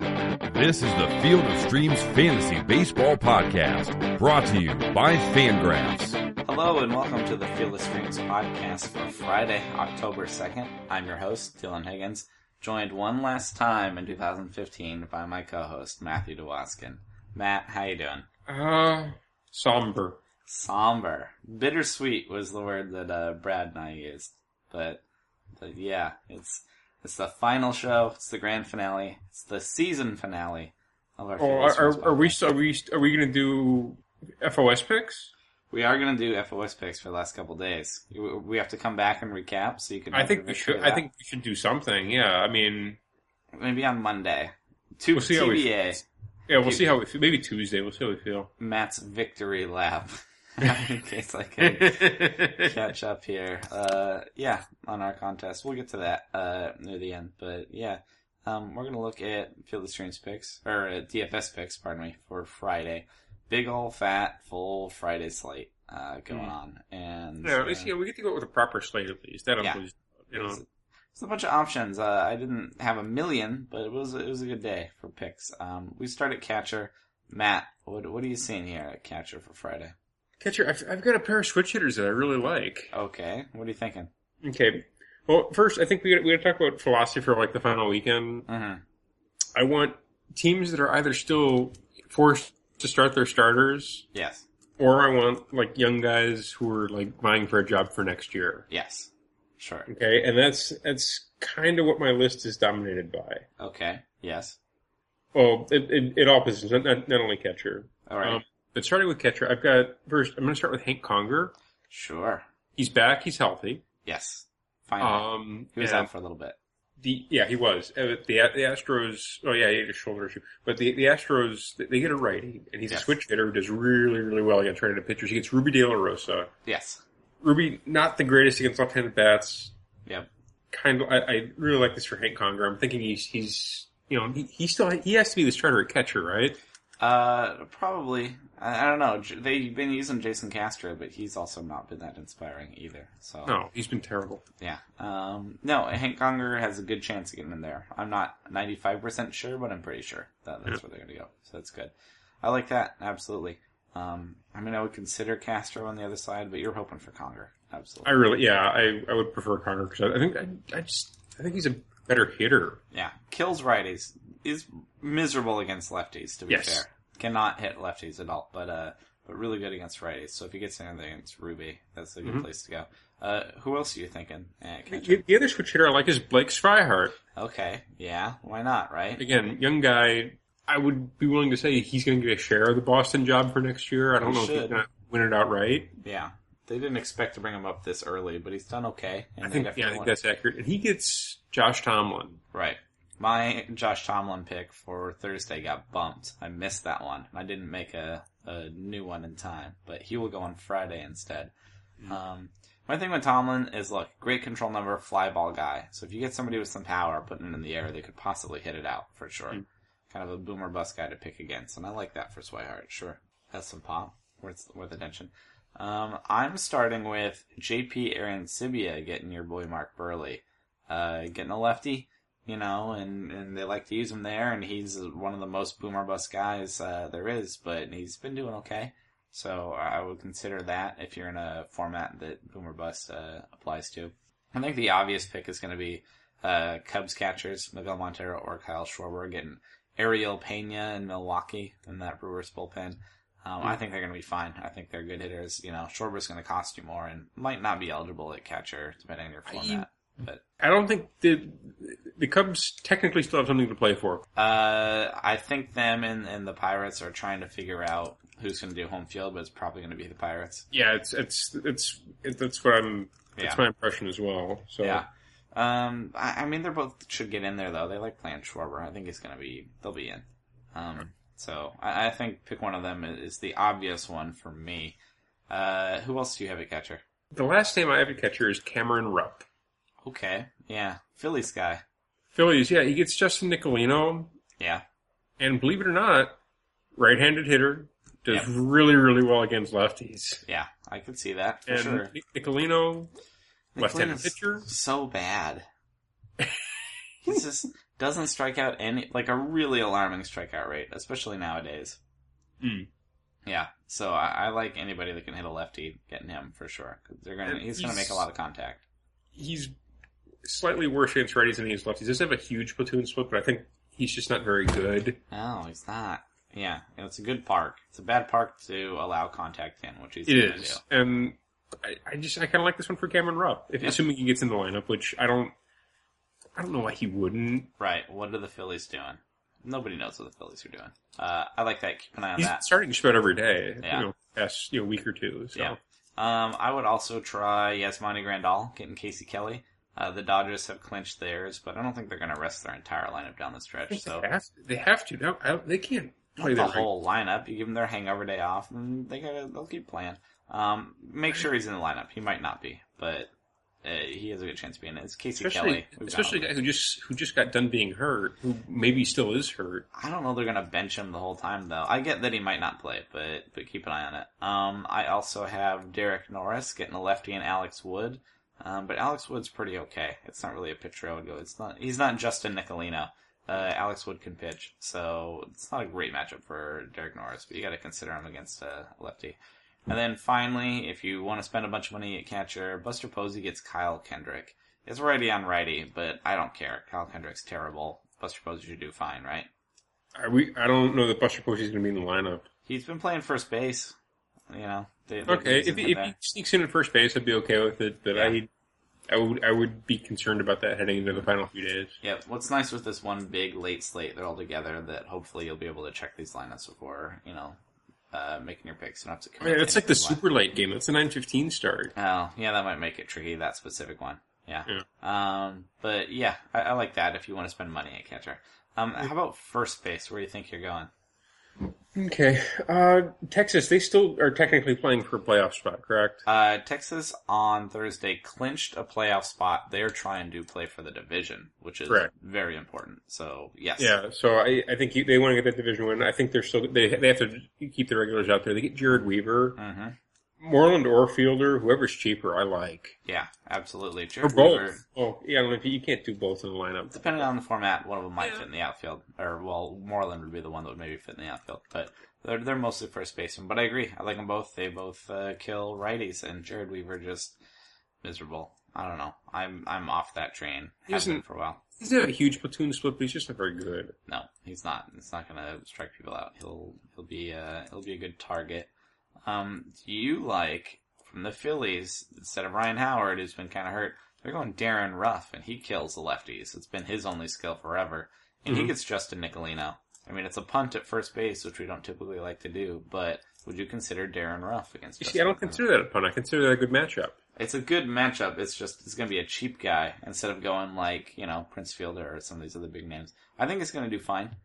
This is the Field of Streams Fantasy Baseball Podcast, brought to you by Fangraphs. Hello and welcome to the Field of Streams podcast for Friday, October 2nd. I'm your host, Dylan Higgins, joined one last time in 2015 by my co-host, Matthew DeWaskin. Matt, how you doing? Uh, somber. Somber. Bittersweet was the word that uh, Brad and I used. But, but yeah, it's it's the final show, it's the grand finale, it's the season finale of our Oh, Field of are, Streams are, are we podcast. are we are we gonna do FOS picks? We are going to do FOS picks for the last couple days. You- We have to come back and recap so you can. Mm, I think we make should. sure I that- think we should do something. Yeah, I mean, maybe on Monday. To We'll see how we- TBA, yeah, we'll Dude. see how we feel. Maybe Tuesday. We'll see how we feel. Matt's victory lap. in case I can catch up here. Uh, yeah, on our contest. We'll get to that uh, near the end. But yeah, um, we're going to look at Field of Streams picks, or uh, DFS picks, pardon me, for Friday. Big old fat, full Friday slate uh, going Mm. on. And yeah, at least uh, yeah, we get to go with a proper slate at least. That Yeah. includes, you know, It's it's a bunch of options. Uh, I didn't have a million, but it was it was a good day for picks. Um, we start at catcher. Matt, what what are you seeing here at catcher for Friday? catcher. I've, I've got a pair of switch hitters that I really like. Okay, what are you thinking? Okay. Well, first, I think we gotta, we got to talk about philosophy for like the final weekend. Mm-hmm. I want teams that are either still forced to start their starters Yes, or I want like young guys who are like vying for a job for next year. yes, sure. Okay, and that's that's kind of what my list is dominated by. Okay, yes, Well, it, it, it all positions, not, not not only catcher. all right, Um, but starting with catcher, I've got first. I'm going to start with Hank Conger. sure. He's back. He's healthy. Yes, fine. Um, he was and out for a little bit. the yeah, he was. Uh, The the Astros. Oh yeah, he had a shoulder issue. But the the Astros they- they get a righty, and he's Yes. a switch hitter who does really really well against right-handed pitchers. He gets Ruby De La Rosa. Yes, Ruby not the greatest against left-handed bats. yep, kind of. I, I really like this for Hank Conger. I'm thinking he's he's you know he, he still he has to be the starter at catcher, right? Uh, probably. I, I don't know. J- They've been using Jason Castro, but he's also not been that inspiring either. So No, he's been terrible. Yeah. Um, no, Hank Conger has a good chance of getting in there. I'm not 95% sure, but I'm pretty sure that that's where they're going to go. So that's good. I like that. Absolutely. Um, I mean, I would consider Castro on the other side, but you're hoping for Conger. I Absolutely. really yeah. I, I would prefer Conger because I think I, I just I think he's a better hitter. Yeah. Kills righties. Is miserable against lefties, to be Yes. fair. Cannot hit lefties at all, but, uh, but really good against righties. So if he gets in there against Ruby, that's a good Mhm. place to go. Uh, who else are you thinking? Eh, catcher. The, the other switch hitter I like is Blake Swihart. Okay. Yeah. Why not, right? Again, young guy. I would be willing to say he's going to get a share of the Boston job for next year. I don't He know if should. he's going to win it outright. Yeah. They didn't expect to bring him up this early, but he's done okay. And I think they got yeah, I think one- that's accurate. And he gets Josh Tomlin. right. My Josh Tomlin pick for Thursday got bumped. I missed that one. I didn't make a, a new one in time, but he will go on Friday instead. Um, my thing with Tomlin is look, great control number, fly ball guy. So if you get somebody with some power putting it in the air, they could possibly hit it out for sure. Mm. Kind of a boomer bust guy to pick against, and I like that for Swihart. Sure, has some pop, worth worth attention. Um, I'm starting with JP Aaron Sibia getting your boy Mark Burley, uh, getting a lefty, you know, and, and they like to use him there, and he's one of the most boomer bust guys uh, there is, but he's been doing okay. So I would consider that if you're in a format that Boomer Bust uh, applies to. I think the obvious pick is going to be uh, Cubs catchers, Miguel Montero or Kyle Schwarber, getting Ariel Pena in Milwaukee in that Brewers bullpen. Um, I think they're going to be fine. I think they're good hitters. You know, Schwarber's going to cost you more and might not be eligible at catcher depending on your format. But I don't think the the Cubs technically still have something to play for. Uh, I think them and, and the Pirates are trying to figure out who's going to do home field, but it's probably going to be the Pirates. Yeah, it's it's it's it, that's what I'm. That's Yeah. my impression as well. So Yeah. Um, I, I mean, they're both should get in there though. They like playing Schwarber. I think he's going to be. They'll be in. Um, so I, I think pick one of them is, is the obvious one for me. Uh, who else do you have at catcher? the last name I have to catcher is Cameron Rupp. Okay, yeah, Phillies guy. Phillies. Yeah, he gets Justin Nicolino, Yeah, and believe it or not, right-handed hitter does really really well against lefties. yeah, I could see that for And sure. Nic- Nicolino, Nick left-handed Lina's pitcher. so bad. He's just doesn't strike out any like a really alarming strikeout rate, especially nowadays. Mm. Yeah, so I, I like anybody that can hit a lefty getting him for sure. 'Cause They're gonna And he's gonna he's- make a lot of contact. He's slightly worse against righties than he is lefties. He does have a huge platoon split, but I think he's just not very good. No, Oh, he's not. Yeah, and it's a good park. It's a bad park to allow contact in, which he's It gonna is, do. and I, I just I kind of like this one for Cameron Rupp, if, Yeah. assuming he gets in the lineup, which I don't. I don't know why he wouldn't. Right. What are the Phillies doing? Nobody knows what the Phillies are doing. Uh, I like that. Keep an eye on He's that. starting just about every day, Yeah. you know, past you know week or two. So Yeah. Um, I would also try Yasmani Grandal getting Casey Kelly. Uh, the Dodgers have clinched theirs, but I don't think they're going to rest their entire lineup down the I stretch. think So they, have, they have to. No, I don't- they can't play the their right- whole lineup, you give them their hangover day off, and they gotta they'll keep playing. Um, make sure he's in the lineup. He might not be, but uh, he has a good chance of being. in. It's Casey especially Kelly. We've got especially a him. guy who just who just got done being hurt, who maybe still is hurt. I don't know they're gonna bench him the whole time though. I get that he might not play, but but keep an eye on it. Um, I also have Derek Norris getting a lefty and Alex Wood. Um, but Alex Wood's pretty okay. It's not really a pitcher I would go. It's not. He's not Justin Nicolino. Uh, Alex Wood can pitch, so it's not a great matchup for Derek Norris. But you got to consider him against a lefty. And then finally, if you want to spend a bunch of money at catcher, Buster Posey gets Kyle Kendrick. It's righty on righty, but I don't care. Kyle Kendrick's terrible. Buster Posey should do fine, right? I we I don't know that Buster Posey's going to be in the lineup. He's been playing first base. You know. They, they Okay, use if, him he- if there. he sneaks in at first base, I'd be okay with it. But Yeah. I I would I would be concerned about that heading into the final few days. yeah. What's nice with this one big late slate? They're all together. That hopefully you'll be able to check these lineups before you know uh, making your picks. You don't have to. I mean, commit that's to like the anything. super late game. That's a nine fifteen start. Oh, yeah, that might make it tricky. That specific one. Yeah. Yeah. Um, but yeah, I, I like that. If you want to spend money at catcher. Um, how about first base? Where do you think you're going? Okay, uh, Texas they still are technically playing for a playoff spot, correct? Uh, Texas on Thursday clinched a playoff spot. They're trying to play for the division, which is Correct. very important. So yes. Yeah, so I, I think you, they want to get that division win. I think they're still they they have to keep the regulars out there. They get Jared Weaver, Mm-hmm. Moreland or Fielder, whoever's cheaper. I like Yeah, absolutely. or Jared Weaver, both. Oh, yeah, I don't know if you, you can't do both in the lineup. depending on the format, one of them might Yeah. fit in the outfield, or well, Moreland would be the one that would maybe fit in the outfield. But they're they're mostly first baseman. But I agree, I like them both. They both uh, kill righties, and Jared Weaver just miserable. I don't know. I'm I'm off that train. He Has been isn't- for a while. He's not a huge platoon split, but he's just not very good. No, he's not. It's not gonna strike people out. He'll he'll be uh he'll be a good target. Um, do you like from the Phillies instead of Ryan Howard, who's been kind of hurt? They're going Darren Ruff, and he kills the lefties. It's been his only skill forever, and he Mhm. gets Justin Nicolino. I mean, it's a punt at first base, which we don't typically like to do. But would you consider Darren Ruff against? You Justin see, I don't Nicolino? consider that a pun. I consider that a good matchup. It's a good matchup. It's just it's going to be a cheap guy instead of going like you know Prince Fielder or some of these other big names. I think it's going to do fine.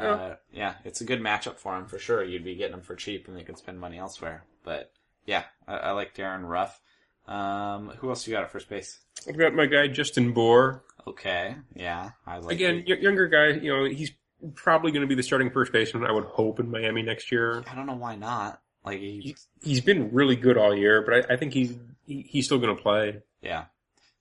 Yeah. Uh, yeah, it's a good matchup for him for sure. You'd be getting him for cheap, and they could spend money elsewhere. But yeah, I, I like Darren Ruff. Um, who else you got at first base? I've got my guy Justin Bohr. Okay, yeah, I like Again, y- younger guy. You know, he's probably going to be the starting first baseman. I would hope in Miami next year. I don't know why not. Like he, He, he's been really good all year, but I, I think he's he, he's still going to play. yeah,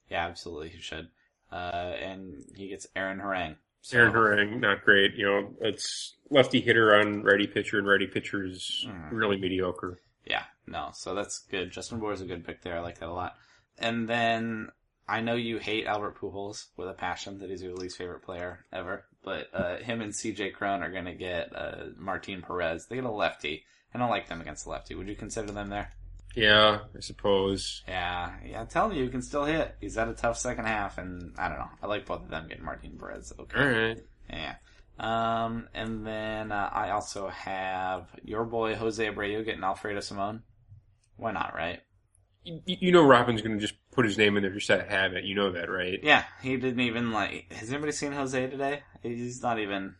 yeah, absolutely, he should. Uh, and he gets Aaron Harang. So, Aaron Harang, not great. You know, it's lefty hitter on righty pitcher, and righty pitcher is Mm. really mediocre. Yeah, no. So that's good. Justin Bohr is a good pick there. I like that a lot. And then I know you hate Albert Pujols with a passion that he's your least favorite player ever, but uh, him and CJ Crone are going to get uh, Martin Perez. They get a lefty. I don't like them against the lefty. Would you consider them there? Yeah, I suppose. Yeah, yeah. I'm telling you, you can still hit. He's had a tough second half, and I don't know. I like both of them getting Martin Perez. Okay. All right. Yeah. Um, and then uh, I also have your boy Jose Abreu getting Alfredo Simone. Why not, right? You, you know, Robin's going to just put his name in there just out of habit. You know that, right? Yeah, he didn't even like. Has anybody seen Jose today? He's not even.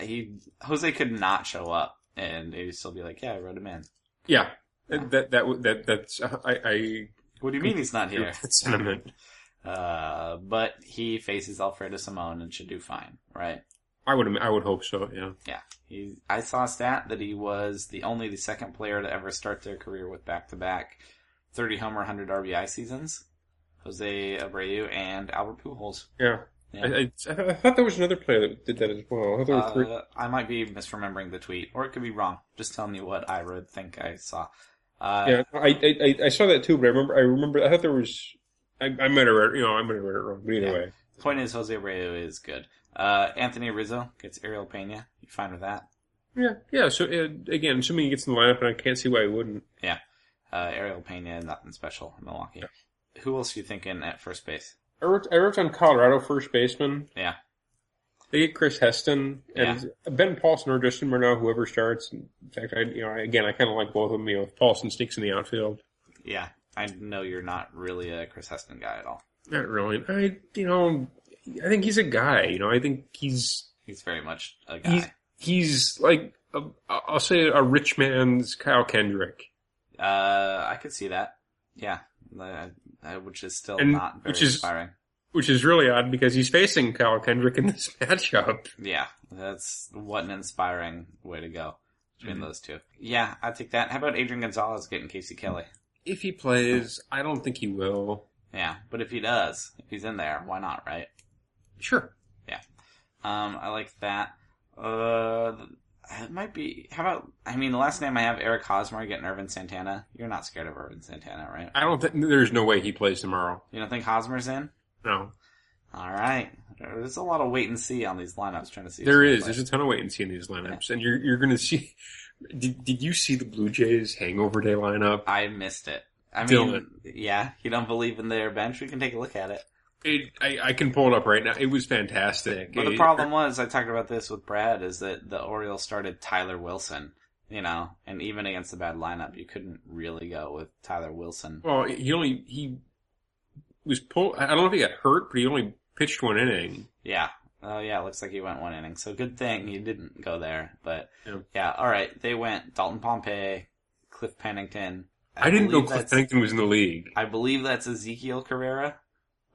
He Jose could not show up, and he'd still be like, "Yeah, I wrote him in." Yeah. That that that, would- that that's I I What do you mean he's not agree here? with that sentiment. Uh, but he faces Alfredo Simone and should do fine, right? I would I would hope so. Yeah. He, I saw a stat that he was the only the second player to ever start their career with back to back thirty homer, hundred RBI seasons. Jose Abreu and Albert Pujols. Yeah. Yeah. I, I, I thought- I thought there was another player that did that as well. I thought there were three. Uh, I might be misremembering the tweet, or it could be wrong. Just tell me what I would think I saw. Uh, Yeah, I, I I- I saw that too, but I remember I remember I thought there was. I, I might have read you know I might have read it wrong, but either Yeah. way, The point is, Jose Abreu is good. Uh, Anthony Rizzo gets Ariel Pena. You fine with that? yeah, yeah. So uh, again, assuming he gets in the lineup, and I can't see why he wouldn't. Uh, Ariel Pena, nothing special in Milwaukee. Who else you thinking at first base? I wrote I wrote on Colorado first baseman. Yeah. They get Chris Heston and Ben Paulson or Justin Murnau, whoever starts. In fact, I you know I- again I kind of like both of them. You know, if Paulson sneaks in the outfield, Yeah, I know you're not really a Chris Heston guy at all. not really. I you know I think he's a guy. You know, I think he's He's very much a guy. he's he's like a, I'll say a rich man's Kyle Kendrick. Uh, I could see that. Yeah, uh, uh, which is still And- not very which is- inspiring. which is really odd because he's facing Kyle Kendrick in this matchup. Yeah, that's what an inspiring way to go between Mhm. those two. Yeah, I take that. How about Adrian Gonzalez getting Casey Kelly? If he plays, I don't think he will. Yeah, but if he does, if he's in there, why not, right? Sure. Um, I like that. Uh, it might be. How about? I mean, the last name I have, Eric Hosmer, getting Irvin Santana. You're not scared of Irvin Santana, right? I don't think there's no way he plays tomorrow. You don't think Hosmer's in? No. All right. There's a lot of wait and see on these lineups. Trying to see. There who's is. gonna There's a ton of wait and see in these lineups. And you're you're gonna see did, did you see the Blue Jays hangover day lineup? play. I missed it. I mean, Dylan. yeah. You don't believe in their bench? We can take a look at it. It, I, I can pull it up right now. It was fantastic. But It- the problem was, I talked about this with Brad, is that the Orioles started Tyler Wilson, you know, and even against the bad lineup, you couldn't really go with Tyler Wilson. Well, he only he was pulled I don't know if he got hurt, but he only pitched one inning. Yeah. Oh, yeah, looks like he went one inning. So good thing you didn't go there. But, yeah, Yeah. all right. They went Dalton Pompey, Cliff Pennington. I, didn't know believe Cliff that's- Pennington was in the league. I believe that's Ezekiel Carrera.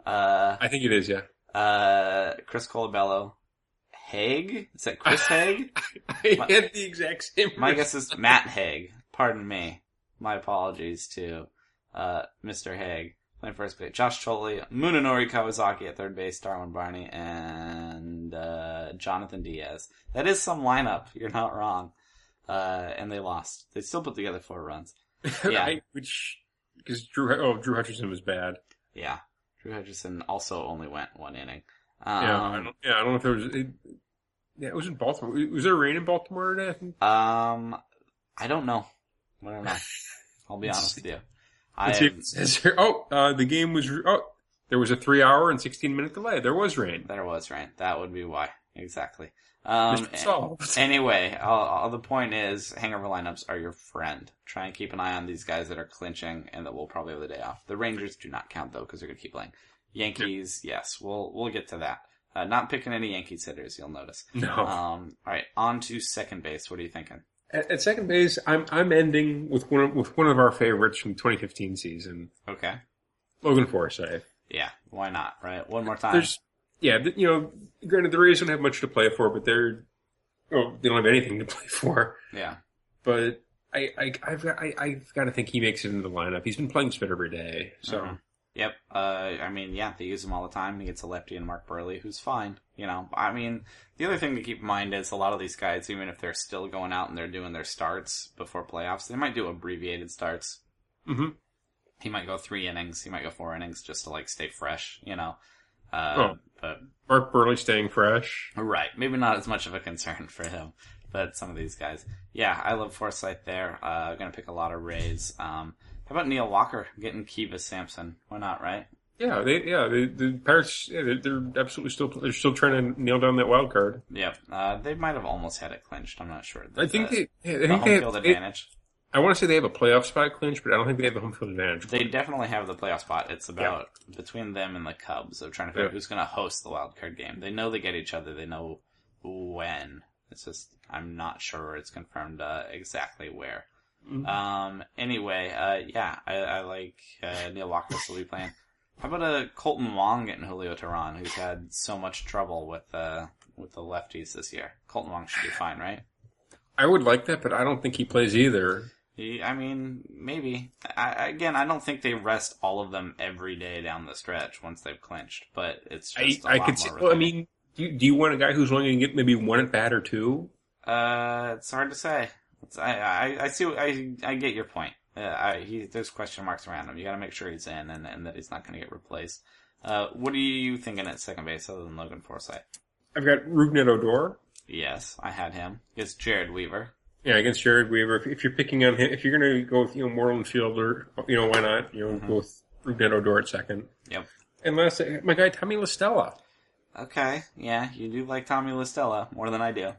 Uh, I think it is, yeah. uh, Chris Colabello. Haig? Is that Chris Haig? I My- had the exact same. My guess is Matt Haig. Pardon me. My apologies to uh, Mr. Haig. My first pick. Josh Choley, Munenori Kawasaki at third base, Darwin Barney, and uh, Jonathan Diaz. That is some lineup. You're not wrong. Uh, and they lost. They still put together four runs. yeah. I- which because Drew oh Drew Hutchinson was bad. Yeah. Drew Hutchison also only went one inning. yeah, I Um, don't, yeah, I don't know if there was. It, yeah, it was in Baltimore. Was there rain in Baltimore today? I think um, I don't know. I don't know. I'll be honest with you. I Let's see if it says here. Oh, uh, the game was. Oh, there was a three-hour and sixteen-minute delay. There was rain. There was rain. That would be why. Exactly. Um, Mystery solved. anyway, all, all the point is, hangover lineups are your friend. Try and keep an eye on these guys that are clinching and that will probably have the day off. The Rangers do not count though because they're going to keep playing. Yankees, yes, we'll we'll get to that. Uh, not picking any Yankees hitters, you'll notice. No. Um, all right, on to second base. What are you thinking? at, at second base, I'm I'm ending with one of, with one of our favorites from the 2015 season, Okay, Logan Forsythe. yeah, why not? Right, one more time. There's, yeah, th- you know, granted the Rays don't have much to play for, but they're, oh, they don't have anything to play for. yeah, but I, I I've got I, I've got to think he makes it into the lineup. He's been playing spit every day, so Mhm. Yep. Uh, I mean, yeah, they use him all the time. He gets a lefty and Mark Burley, who's fine. You know, I mean, the other thing to keep in mind is a lot of these guys, even if they're still going out and they're doing their starts before playoffs, they might do abbreviated starts. Mhm. He might go three innings. He might go four innings just to like stay fresh. You know. Uh, Oh. But Mark Burley staying fresh. Right. Maybe not as much of a concern for him, but some of these guys. Yeah, I love Forsyth there. Uh, I'm going to pick a lot of Rays. Um, how about Neil Walker getting Kiva Sampson? Why not, right? Yeah, they yeah the the Pirates yeah, they're, they're absolutely still they're still trying to nail down that wild card. Yep. Uh, they might have almost had it clinched. I'm not sure. I think the, they yeah, I the think home they field have, they- advantage. I want to say they have a playoff spot clinch, but I don't think they have the home field advantage. They definitely have the playoff spot. It's about between them and the Cubs of trying to figure out Yeah. who's going to host the wild card game. They know they get each other. They know when. It's just I'm not sure it's confirmed uh, exactly where. Mhm. Um. Anyway, uh, yeah, I, I like uh, Neil Walker still be playing. How about uh, Colton Wong getting Julio Tehran, who's had so much trouble with uh, with the lefties this year? Colton Wong should be fine, right? I would like that, but I don't think he plays either. Yeah, I mean, maybe. I, again, I don't think they rest all of them every day down the stretch once they've clinched, but it's I, just a I lot could see. more. Well, I relief. mean, do you, do you want a guy who's only going to get maybe one at bat or two? uh, it's hard to say. It's, I, I, I see. what- I, I get your point. Uh, I, he, there's question marks around him. You got to make sure he's in and, and that he's not going to get replaced. Uh, what are you thinking at second base other than Logan Forsythe? I've got Rugnet Odor. Yes, I had him. It's Jared Weaver. Yeah, against Jared Weaver. If, if you're picking on him, if you're going to go with you know Moreland Fielder, you know why not? You know, Mm-hmm. go with Rugnet Odor at second. Yep. And last, my guy Tommy Listella. Okay. Yeah, you do like Tommy Listella more than I do.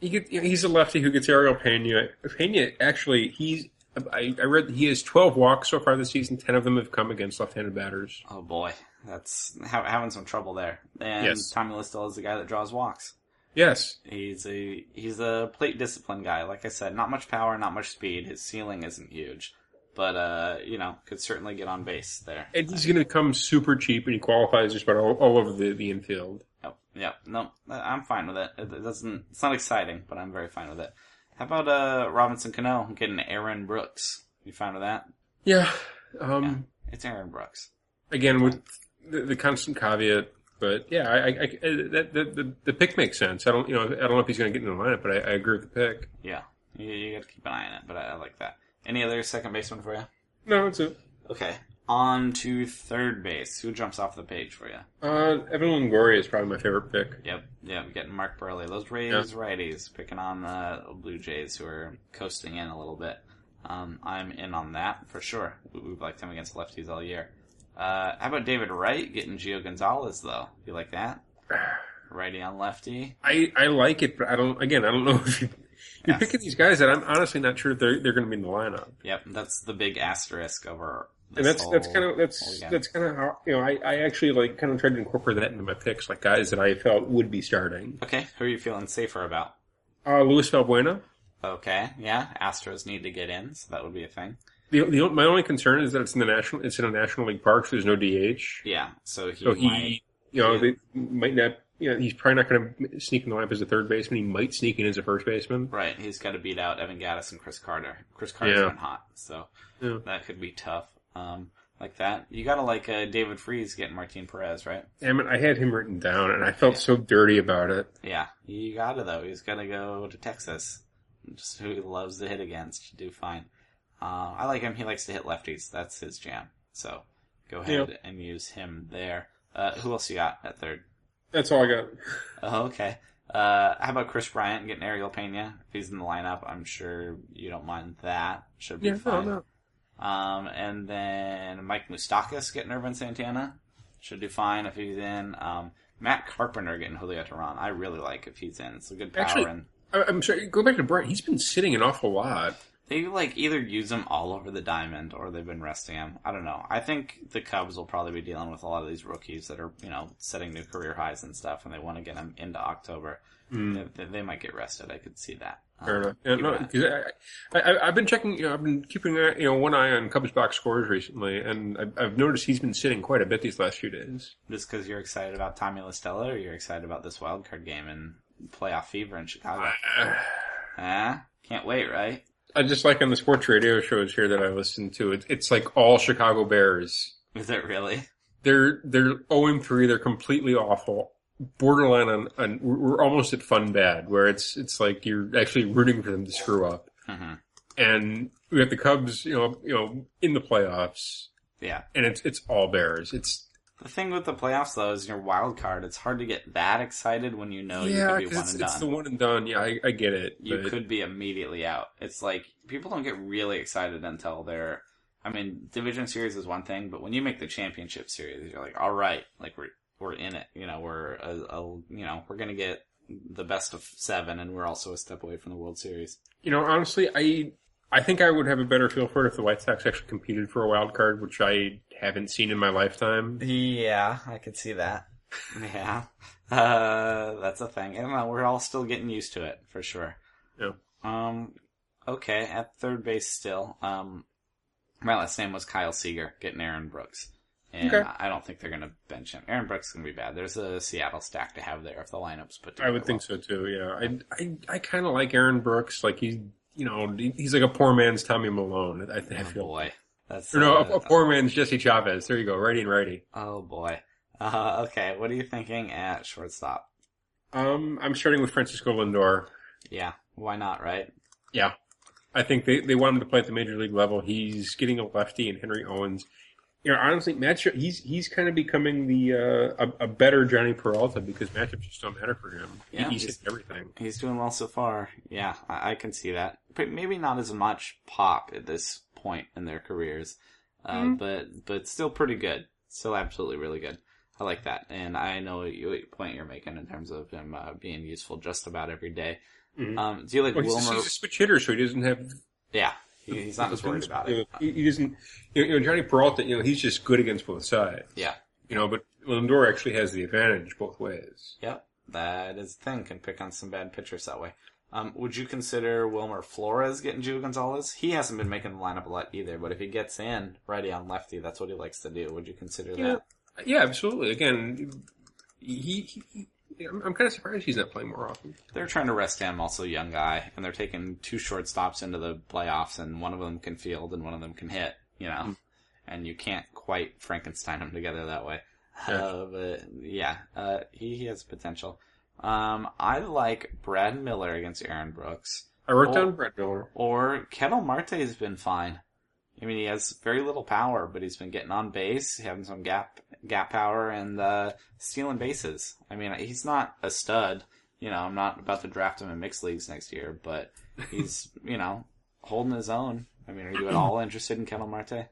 He get, you know, he's a lefty who gets Ariel Pena. Pena actually, he's I, I read that he has 12 walks so far this season. 10 of them have come against left-handed batters. Oh boy, that's ha- having some trouble there. And Yes. Tommy Listella is the guy that draws walks. Yes, He's a he's a plate discipline guy. Like I said, not much power, not much speed. His ceiling isn't huge, but uh, you know, could certainly get on base there. and he's going to come super cheap, and he qualifies just about all, all over the, the infield. Yep, yep. No, I- I'm fine with it. It it doesn't. It's not exciting, but I'm very fine with it. How about uh Robinson Cano getting Aaron Brooks? You fine with that? Yeah. Um, It's Aaron Brooks. Again, with the, the constant caveat, but yeah, I, I, I that, that, the, the pick makes sense. I don't, you know, I don't know if he's going to get in the lineup, but I, I agree with the pick. Yeah, you, you got to keep an eye on it. But I, I like that. Any other second baseman for you? No, it's a Okay. On to third base. Who jumps off the page for you? uh, Evan Longoria is probably my favorite pick. Yep, yep. Getting Mark Burley. Those Rays Yeah. righties picking on the Blue Jays who are coasting in a little bit. Um, I'm in on that for sure. We- We've liked him against lefties all year. Uh, how about David Wright getting Gio Gonzalez though? You like that? Righty on lefty. I, I like it, but I don't. Again, I don't know if you, you're Yeah. picking these guys that I'm honestly not sure if they're they're going to be in the lineup. Yep, that's the big asterisk over. This And that's that's whole- kind of whole that's game. that's kind of how you know I, I actually like kind of tried to incorporate that into my picks, like guys that I felt would be starting. okay. Who are you feeling safer about? Uh, Luis Valbuena. Okay, yeah. Astros need to get in, so that would be a thing. The, the my only concern is that it's in the national it's in a national league park, so there's no DH. Yeah, so he, So he, might. you know, yeah. they might not. You know, he's probably not going to sneak in the lineup as a third baseman. He might sneak in as a first baseman. Right, he's got to beat out Evan Gaddis and Chris Carter. Chris Carter's Yeah. been hot, so Yeah. that could be tough. Um, like that, you gotta like uh, David Freeze getting Martin Perez, right? Damn it, I had him written down, and I felt so dirty about it. Yeah, you gotta though. He's gonna go to Texas, just who he loves to hit against. Do fine. Uh, I like him. He likes to hit lefties. That's his jam. So go ahead Yeah. and use him there. Uh, who else you got at third? That's all I got. Oh, okay. Uh, how about Chris Bryant getting Ariel Pena? If he's in the lineup, I'm sure you don't mind that. Should be Yeah, no, fine. no. Um, and then Mike Moustakis getting Irvin Santana. Should do fine if he's in. Um, Matt Carpenter getting Julio Tehran. I really like if he's in. It's a good power. Actually- and I- I'm sorry. Go back to Bryant. He's been sitting an awful lot. they like either use him all over the diamond or they've been resting him. I don't know. I think the Cubs will probably be dealing with a lot of these rookies that are, you know, setting new career highs and stuff and they want to get them into October. Hmm. They, they might get rested. I could see that. Fair Um, enough. Yeah, keep no, an eye- 'cause I, I, I, I've been checking. You know, I've been keeping uh, you know one eye on Cubs box scores recently, and I've, I've noticed he's been sitting quite a bit these last few days. Just because you're excited about Tommy LaStella or you're excited about this wild card game and playoff fever in Chicago? Huh? Can't wait, right? I just like on the sports radio shows here that I listen to. It, it's like all Chicago Bears. Is it really? They're they're zero and three. They're completely awful. Borderline on, on we're we're almost at fun bad, where it's it's like you're actually rooting for them to screw up. hmm and we have the Cubs, you know, you know, in the playoffs, Yeah. and it's it's all Bears. It's The thing with the playoffs, though, is your wild card. It's hard to get that excited when you know yeah, you could Oh, be 'cause one it's, and it's done. the one and done. Yeah, I, I get it. you but could be immediately out. It's like people don't get really excited until they're. I mean, division series is one thing, but when you make the championship series, you're like, all right, like we're we're in it. You know, we're a, a you know we're gonna get the best of seven, and we're also a step away from the World Series. you know, honestly, I I think I would have a better feel for it if the White Sox actually competed for a wild card, which I haven't seen in my lifetime. Yeah, I could see that. Yeah, uh, that's a thing. I don't know. We're all still getting used to it for sure. Yeah. Um. Okay, at third base still. Um, my last name was Kyle Seager, getting Aaron Brooks, and Okay. I don't think they're gonna bench him. Aaron Brooks is gonna be bad. There's a Seattle stack to have there if the lineup's put I together. would think so too. Yeah, I I, I kind of like Aaron Brooks. Like he's you know, he's like a poor man's Tommy Malone. I, I Oh feel. boy, that's Or no, uh, a, a poor man's Jesse Chavez. There you go, righty and righty. Oh boy. Uh, okay, what are you thinking at shortstop? Um, I'm starting with Francisco Lindor. Yeah, why not, right? Yeah. I think they, they want him to play at the major league level. He's getting a lefty and Henry Owens. You know, honestly, matchup he's he's kind of becoming the uh, a, a better Johnny Peralta because matchups just don't matter for him. He- Yeah, he's he's- hitting everything. He's doing well so far. Yeah, I, I can see that. But maybe not as much pop at this point in their careers, uh, but but still pretty good. Still absolutely really good. I like that, and I know what, you, what point you're making in terms of him uh, being useful just about every day. Mhm. Um, do you like Well, he's, Wilmer? he's a switch hitter, so he doesn't have. Yeah, he, he's not as worried about it. He, he doesn't. You know, you know, Johnny Peralta. You know, he's just good against both sides. Yeah, You know, but Lindor actually has the advantage both ways. Yep, that is the thing. Can pick on some bad pitchers that way. Um, would you consider Wilmer Flores getting Gio Gonzalez? He hasn't been making the lineup a lot either, but if he gets in righty on lefty, that's what he likes to do. Would you consider Yeah, that? yeah, absolutely. Again, he. he, he I'm, I'm kind of surprised he's not playing more often. They're trying to rest him, also young guy, and they're taking two shortstops into the playoffs, and one of them can field and one of them can hit, you know, and you can't quite Frankenstein them together that way. Uh, but yeah, uh, he, he has potential. Um, I like Brad Miller against Aaron Brooks. I wrote Oh. down Brett Miller. Or Kettle Marte has been fine. I mean, he has very little power, but he's been getting on base, having some gap gap power, and uh, stealing bases. I mean, he's not a stud. You know, I'm not about to draft him in mixed leagues next year, but he's you know holding his own. I mean, are you at all interested in Kettle Marte? A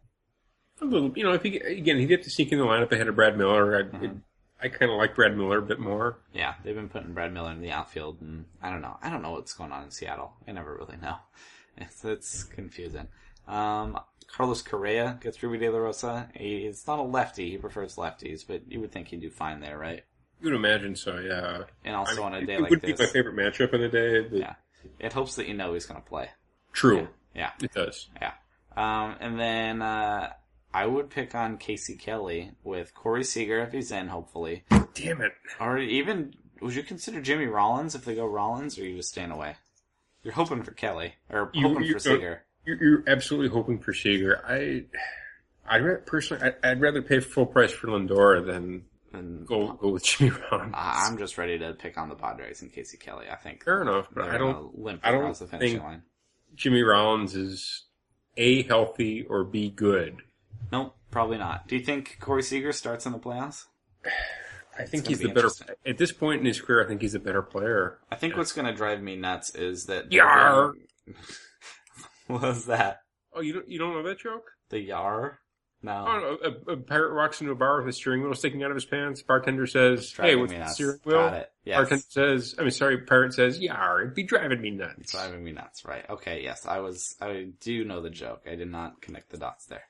little, you know, if he again, he'd have to sneak in the lineup ahead of Brad Miller. I, Mm-hmm. I kind of like Brad Miller a bit more. Yeah, they've been putting Brad Miller in the outfield, and I don't know. I don't know what's going on in Seattle. I never really know. It's, it's confusing. Um, Carlos Correa gets Ruby De La Rosa. He, it's not a lefty. He prefers lefties, but you would think he'd do fine there, right? You'd imagine so, yeah. And also I mean, on a day it like would this, be my favorite matchup of the day. But yeah, it hopes that you know he's going to play. True, Yeah, it does. yeah. Um, and then uh, I would pick on Casey Kelly with Corey Seager if he's in, hopefully, Damn it! or even would you consider Jimmy Rollins if they go Rollins, or are you just staying away? You're hoping for Kelly or You- hoping you- for Seager. You're, you're absolutely hoping for Seager. I, I would personally, I, I'd rather pay full price for Lindor than And go go with Jimmy Rollins. I- I'm just ready to pick on the Padres and Casey Kelly. I think Fair enough, but they're I gonna don't. limp I don't across the finishing think- line. Jimmy Rollins is a healthy or b good. Nope, probably not. Do you think Corey Seager starts in the playoffs? I think gonna he's the be better interesting. at this point in his career. I think he's a better player. I think what's going to drive me nuts is that Yar. what was that Oh, you don't you don't know that joke? the yar? No, Oh, a, a pirate walks into a bar with a steering wheel sticking out of his pants. Bartender says, it's "Hey, driving what's me the nuts. steering wheel?" Got it. Yes. Bartender says, "I mean, sorry." Pirate says, "Yar, it'd be driving me nuts." Driving me nuts, right? Okay, yes, I was. I do know the joke. I did not connect the dots there.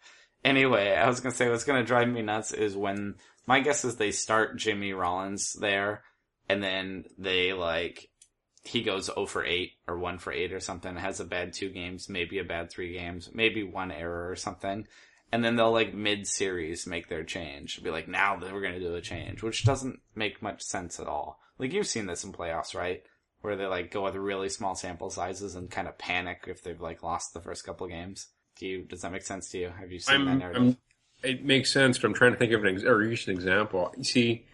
Anyway, I was gonna say what's gonna drive me nuts is when my guess is they start Jimmy Rollins there, and then they like he goes 0 for 8 or 1 for 8 or something, has a bad two games, maybe a bad three games, maybe one error or something. And then they'll like mid series make their change. Be like, now that we're gonna do a change, which doesn't make much sense at all. Like you've seen this in playoffs, right? Where they like go with really small sample sizes and kind of panic if they've like lost the first couple games. Do you does that make sense to you? Have you seen I'm, that narrative? I'm, it makes sense, but I'm trying to think of an ex- or use an example. You see,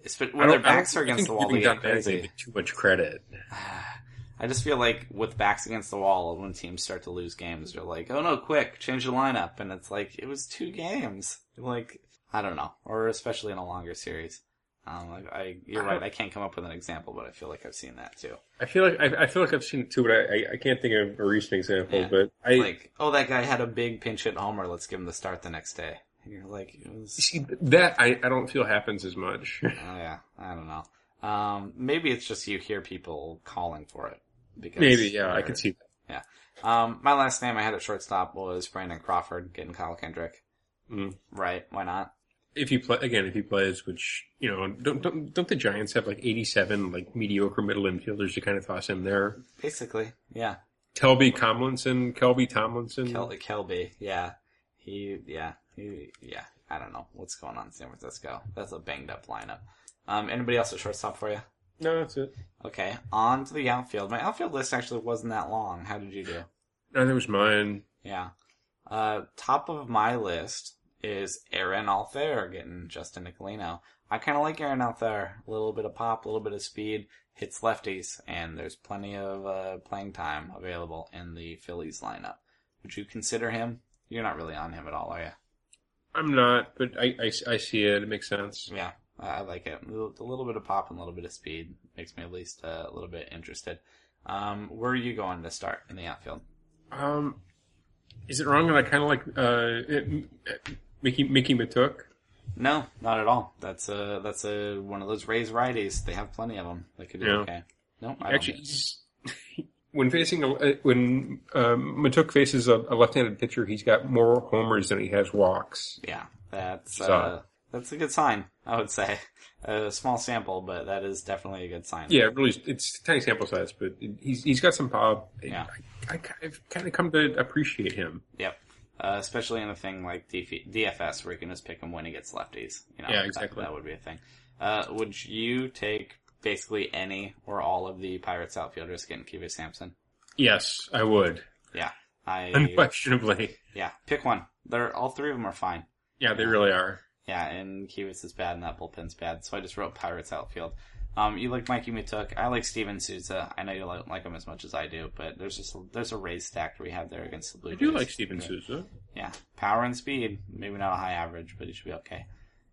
It's- but I when don't- their backs I are don't- I against the think wall, they giving get Don Mattingly crazy. too much credit. I just feel like with backs against the wall, when teams start to lose games, they're like, "Oh no, quick, change the lineup," and it's like it was two games. Like I don't know, or especially in a longer series. Um, I, I you're right. I can't come up with an example, but I feel like I've seen that too. I feel like I, I feel like I've seen it too, but I, I, I can't think of a recent example. Yeah. But I Like, oh, that guy had a big pinch hit homer. Let's give him the start the next day. And you're like, it was, see that I, I don't feel happens as much. oh yeah, I don't know. Um, maybe it's just you hear people calling for it. Because Maybe, yeah, I they're- could see Um, my last name I had at shortstop was Brandon Crawford, getting Kyle Kendrick. that. Mm. Right? Why not? if he play again, if he plays, which you know, don't don't don't the Giants have like eighty-seven like mediocre middle infielders to kind of toss him there? Basically, yeah. Kelby Tomlinson, Kelby Tomlinson. Kel- Kelby, yeah. He, yeah, he, yeah. I don't know what's going on in San Francisco. That's a banged up lineup. Um, anybody else at shortstop for you? No, that's it. Okay, on to the outfield. My outfield list actually wasn't that long. How did you do? No, that was mine. Yeah. Uh, top of my list is Aaron Althair getting Justin Nicolino. I kind of like Aaron Althair. A little bit of pop, a little bit of speed, hits lefties, and there's plenty of uh, playing time available in the Phillies lineup. Would you consider him? You're not really on him at all, are you? I'm not, but I, I, I see it. It makes sense. Yeah, I I like it. A little a little bit of pop and a little bit of speed makes me at least uh, a little bit interested. Um, where are you going to start in the outfield? Um, is it wrong that I kind of like uh, it- Mickey Mickey Matook? No, not at all. That's a that's a one of those Rays righties. They have plenty of them. They could do Yeah. okay. No, I Actually, don't. he's, when facing a, uh, when um, Matook faces a, a left-handed pitcher, he's got more homers than he has walks. Yeah, that's uh, So- that's a good sign. I would say a small sample, but that is definitely a good sign. Yeah, it really, it's tiny sample size, but he's he's got some pop. Yeah. I, I, I've kind of come to appreciate him. Yep. Uh, especially in a thing like E, DF- DFS where you can just pick him when he gets lefties. You know, Yeah, that- exactly. That, would be a thing. Uh, would you take basically any or all of the Pirates outfielders getting Kiva Sampson? Yes, I would Yeah. I unquestionably. yeah, pick one. They're all three of them are fine. Yeah, they really are. Yeah, and Kiewitz is bad and that bullpen's bad, so I just wrote Pirates outfield. Um, you like Mikey Matuk. I like Steven Souza. I know you don't like him as much as I do, but there's just there's a raise stack we have there against the Blue I Jays. do like Steven Souza. Yeah, power and speed. Maybe not a high average, but he should be okay.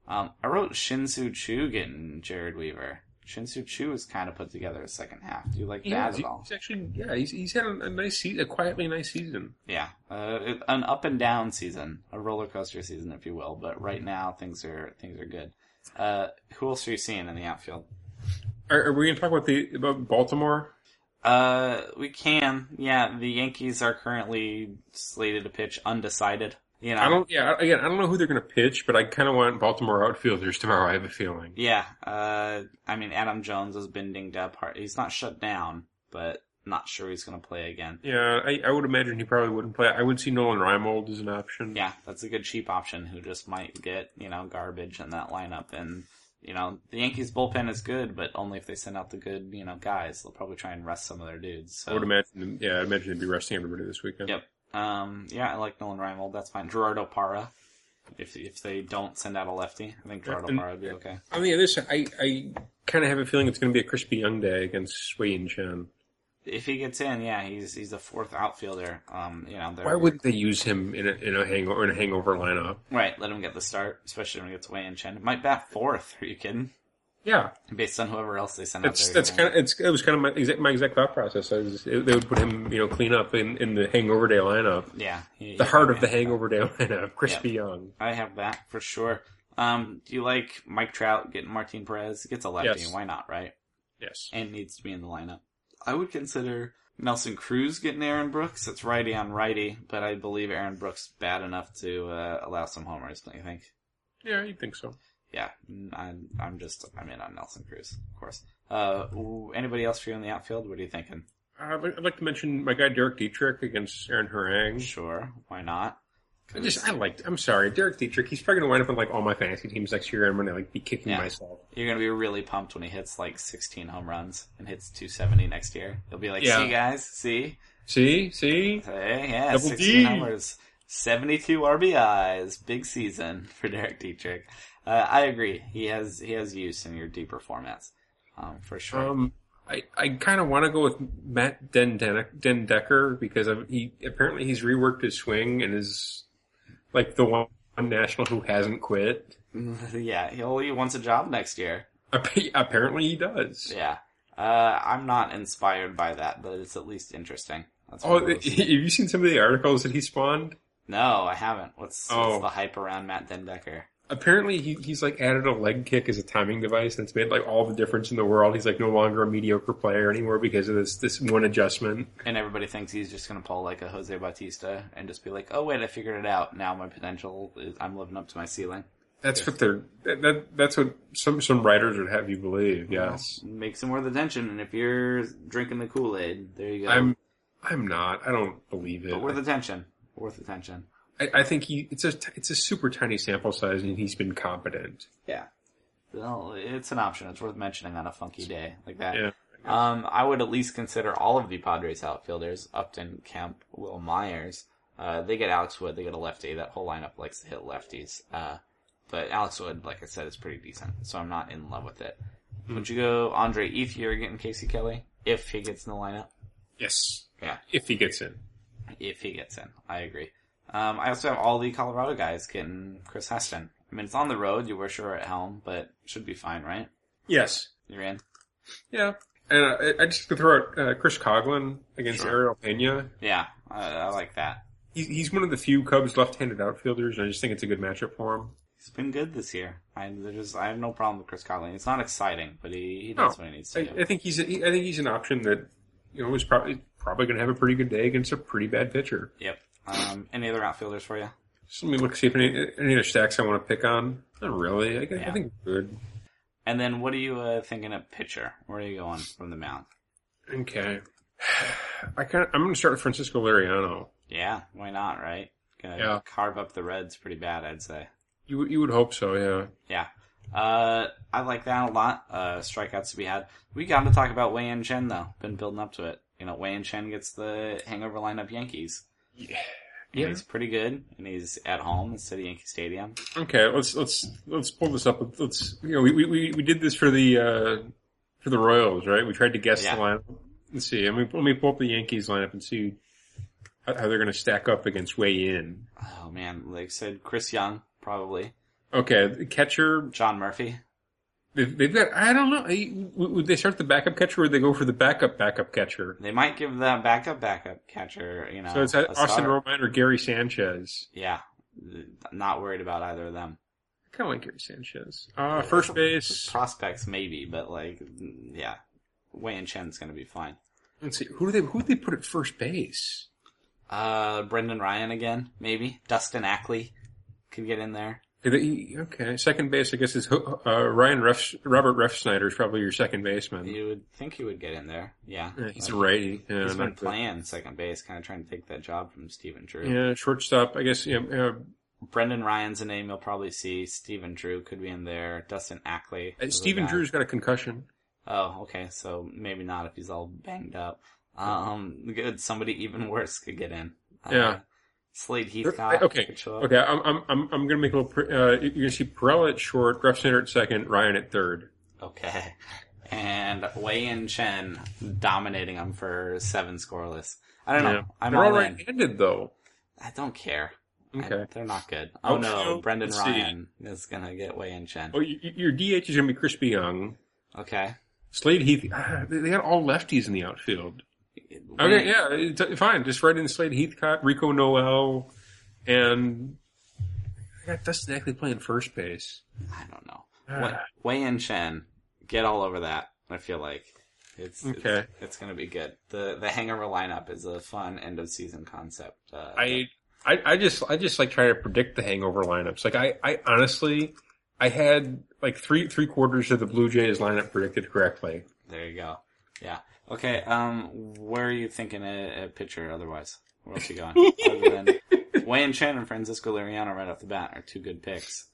Um, I wrote Shinsu Chu getting Jared Weaver. Shinsu Chu is kind of put together a second half. Do you like Yeah, that he's, at all? he's actually yeah, he's he's had a, a nice season, a quietly nice season. Yeah, uh, it- an up and down season, a roller coaster season, if you will. But right now things are things are good. Uh, who else are you seeing in the outfield? Are, are we going to talk about the about Baltimore? Uh, we can. Yeah, the Yankees are currently slated to pitch undecided. You know, I don't. Yeah, I- again, I don't know who they're going to pitch, but I kind of want Baltimore outfielders tomorrow. I have a feeling. Yeah, uh, I mean, Adam Jones has been dinged up. Hard. He's not shut down, but not sure he's going to play again. Yeah, I, I would imagine he probably wouldn't play. I would see Nolan Reimold as an option. Yeah, that's a good cheap option who just might get, you know, garbage in that lineup. And, you know, the Yankees bullpen is good, but only if they send out the good, you know, guys. They'll probably try and rest some of their dudes. I So. would imagine. Yeah, I imagine they'd be resting everybody this weekend. Yep. Um, yeah, I like Nolan Reimold. That's fine. Gerardo Parra. If, if they don't send out a lefty, I think Gerardo And- Parra would be okay. On the other side, I, I kind of have a feeling it's going to be a crispy young day against Sway and Chen. If he gets in, yeah, he's he's a fourth outfielder. Um, you know, they're- Why wouldn't they use him in a, in a hangover in a hangover lineup? Right, let him get the start, especially when he gets Wei and Chen. Might bat fourth. Are you kidding? Yeah, Based on whoever else they send that's out there. that's kind of it's it was kind of my exact my exact thought process. I was, it, they would put him you know clean up in, in the hangover day lineup, yeah. he- the heart yeah. of the hangover day lineup, crispy young. I have that for sure. Um, do you like Mike Trout getting Martin Perez? He gets a lefty. Yes. Why not? Right, Yes, and needs to be in the lineup. I would consider Nelson Cruz getting Aaron Brooks. It's righty on righty, but I believe Aaron Brooks bad enough to uh, allow some homers. Don't you think? yeah, you think so? Yeah, I'm, I'm just I'm in on Nelson Cruz, of course. Uh, ooh, anybody else for you in the outfield? What are you thinking? Uh, I'd like to mention my guy Derek Dietrich against Aaron Harang. Sure, why not? I just I liked. I'm sorry, Derek Dietrich. He's probably going to wind up on like all my fantasy teams next year. I'm going to like be kicking Yeah. myself. You're gonna be really pumped when he hits like 16 home runs and hits 270 next year. You'll be like, Yeah. "See guys, see, See, see, hey, yeah, Double 16 D. homers, 72 RBIs, big season for Derek Dietrich." Uh, I agree. He has he has use in your deeper formats, um, for sure. Um, I, I kind of want to go with Matt Den, Den, Den Decker because of, he apparently he's reworked his swing and is like the one national who hasn't quit. yeah, he'll he wants a job next year. Ap- Apparently he does. Yeah, uh, I'm not inspired by that, but it's at least interesting. That's Oh, what it have was. you seen some of the articles that he spawned? no, I haven't. What's, Oh. what's the hype around Matt Dendecker? Apparently he, he's like added a leg kick as a timing device and it's made like all the difference in the world. He's like no longer a mediocre player anymore because of this this one adjustment. And everybody thinks he's just going to pull like a Jose Bautista and just be like, oh, wait, I figured it out. Now my potential is I'm living up to my ceiling. That's what they're that, that that's what some some writers would have you believe. Yes. Make some more attention. And if you're drinking the Kool Aid, there you go. I'm I'm not. I don't believe it. but worth attention. Worth attention. I, I think he it's a it's a super tiny sample size, and he's been competent. Yeah. well, it's an option. It's worth mentioning on a funky day like that. Yeah. Um, I would at least consider all of the Padres outfielders, Upton, Kemp, Will Myers. Uh, they get Alex Wood, they get a lefty. That whole lineup likes to hit lefties. Uh, but Alex Wood, like I said, is pretty decent, so I'm not in love with it. Hmm. Would you go Andre Ethier again, Casey Kelly? If he gets in the lineup? Yes. Yeah. If he gets in. If he gets in. I agree. Um, I also have all the Colorado guys getting Chris Heston. I mean, it's on the road, you were sure at helm, but should be fine, right? Yes. You're in? Yeah. And uh, I- I just could throw out uh, Chris Coughlin against Sure. Ariel Pena. Yeah, I, I like that. He's, he's one of the few Cubs left-handed outfielders, and I just think it's a good matchup for him. He's been good this year. I just I have no problem with Chris Conley. It's not exciting, but he, he does No, what he needs I, to do. I think he's a, he, I think he's an option that you know is probably probably going to have a pretty good day against a pretty bad pitcher. yep. Um, any other outfielders for you? Just let me look see if any any other stacks I want to pick on. Not really. I, guess- I Yeah. think good. And then what are you uh, thinking of pitcher? Where are you going from the mound? Okay. I kind of, I'm going to start with Francisco Liriano. Yeah, why not? Right? Gonna Yeah. carve up the Reds pretty bad, I'd say. You would- you would hope so, yeah. Yeah. Uh, I like that a lot. Uh, strikeouts to be had. We got to talk about Wei and Chen though. Been building up to it. You know, Wei and Chen gets the hangover lineup Yankees. Yeah. Yeah. He's pretty good, and he's at home instead of Yankee Stadium. Okay, let's let's let's pull this up. Let's you know we we, we, we did this for the uh, for the Royals, right? We tried to guess Yeah. the lineup. Let's see. I mean, let me pull up the Yankees lineup and see how, how they're going to stack up against Way In. Oh man, like I said, Chris Young probably Okay, the catcher. John Murphy. They've, they've got. I don't know. I- Would would they start the backup catcher, or would they go for the backup backup catcher? They might give the backup backup catcher. You know, So it's a Austin start. Romine or Gary Sanchez. Yeah, not worried about either of them. I kind of like Gary Sanchez. Uh, first base. Prospects maybe, but like, yeah, Wei and Chen's gonna be fine. Let's see. Who do they who do they put at first base? Uh, Brendan Ryan again, maybe Dustin Ackley could get in there. Okay, the- okay. second base, I guess, is Ho- uh, Ryan Ref, Robert Refsnyder is probably your second baseman. You would think he would get in there. Yeah, Yeah, he's a Uh, righty. Yeah, He's been not the- playing second base, kind of trying to take that job from Stephen Drew. Yeah, shortstop. I guess. Yeah, uh, Brendan Ryan's a name you'll probably see. Stephen Drew could be in there. Dustin Ackley. uh, is a Stephen guy. Drew's got a concussion. Oh, okay. So maybe not if he's all banged up. Um, good. Somebody even worse could get in. Uh, Yeah. Slade Heathcock. Okay, could show up. okay. I'm I'm I'm, I'm gonna make a little. Pre- uh, you're gonna see Perella at short, Refsnyder at second, Ryan at third. Okay. And Wei and Chen dominating them for seven scoreless. I don't know. Yeah. I'm They're all all in. right-handed though. I don't care. I- Okay. they're not good. Oh Okay, no, so Brendan let's see. Oh. Ryan is gonna get Wei and Chen. Well, y y- your DH is gonna be Crispy Young. Okay. Slade Heath. Ah, they they got all lefties in the outfield. Wei- Okay, yeah, it's, uh, fine. Just write in Slade Heathcott, Rico Noel, and I got Dustin Ackley playing first base. I don't know. Wei- Ah. Wei and Chen, get all over that. I feel like it's Okay. It's, it's going to be good. the The hangover lineup is a fun end of season concept. Uh, I, I, I just, I just like try to predict the hangover lineups. Like I, I honestly, I had like three, three quarters of the Blue Jays lineup predicted correctly. there you go. Yeah. Okay. Um, where are you thinking a, a pitcher? Otherwise, where else you going? Other than Wei and Chen and Francisco Liriano right off the bat are two good picks.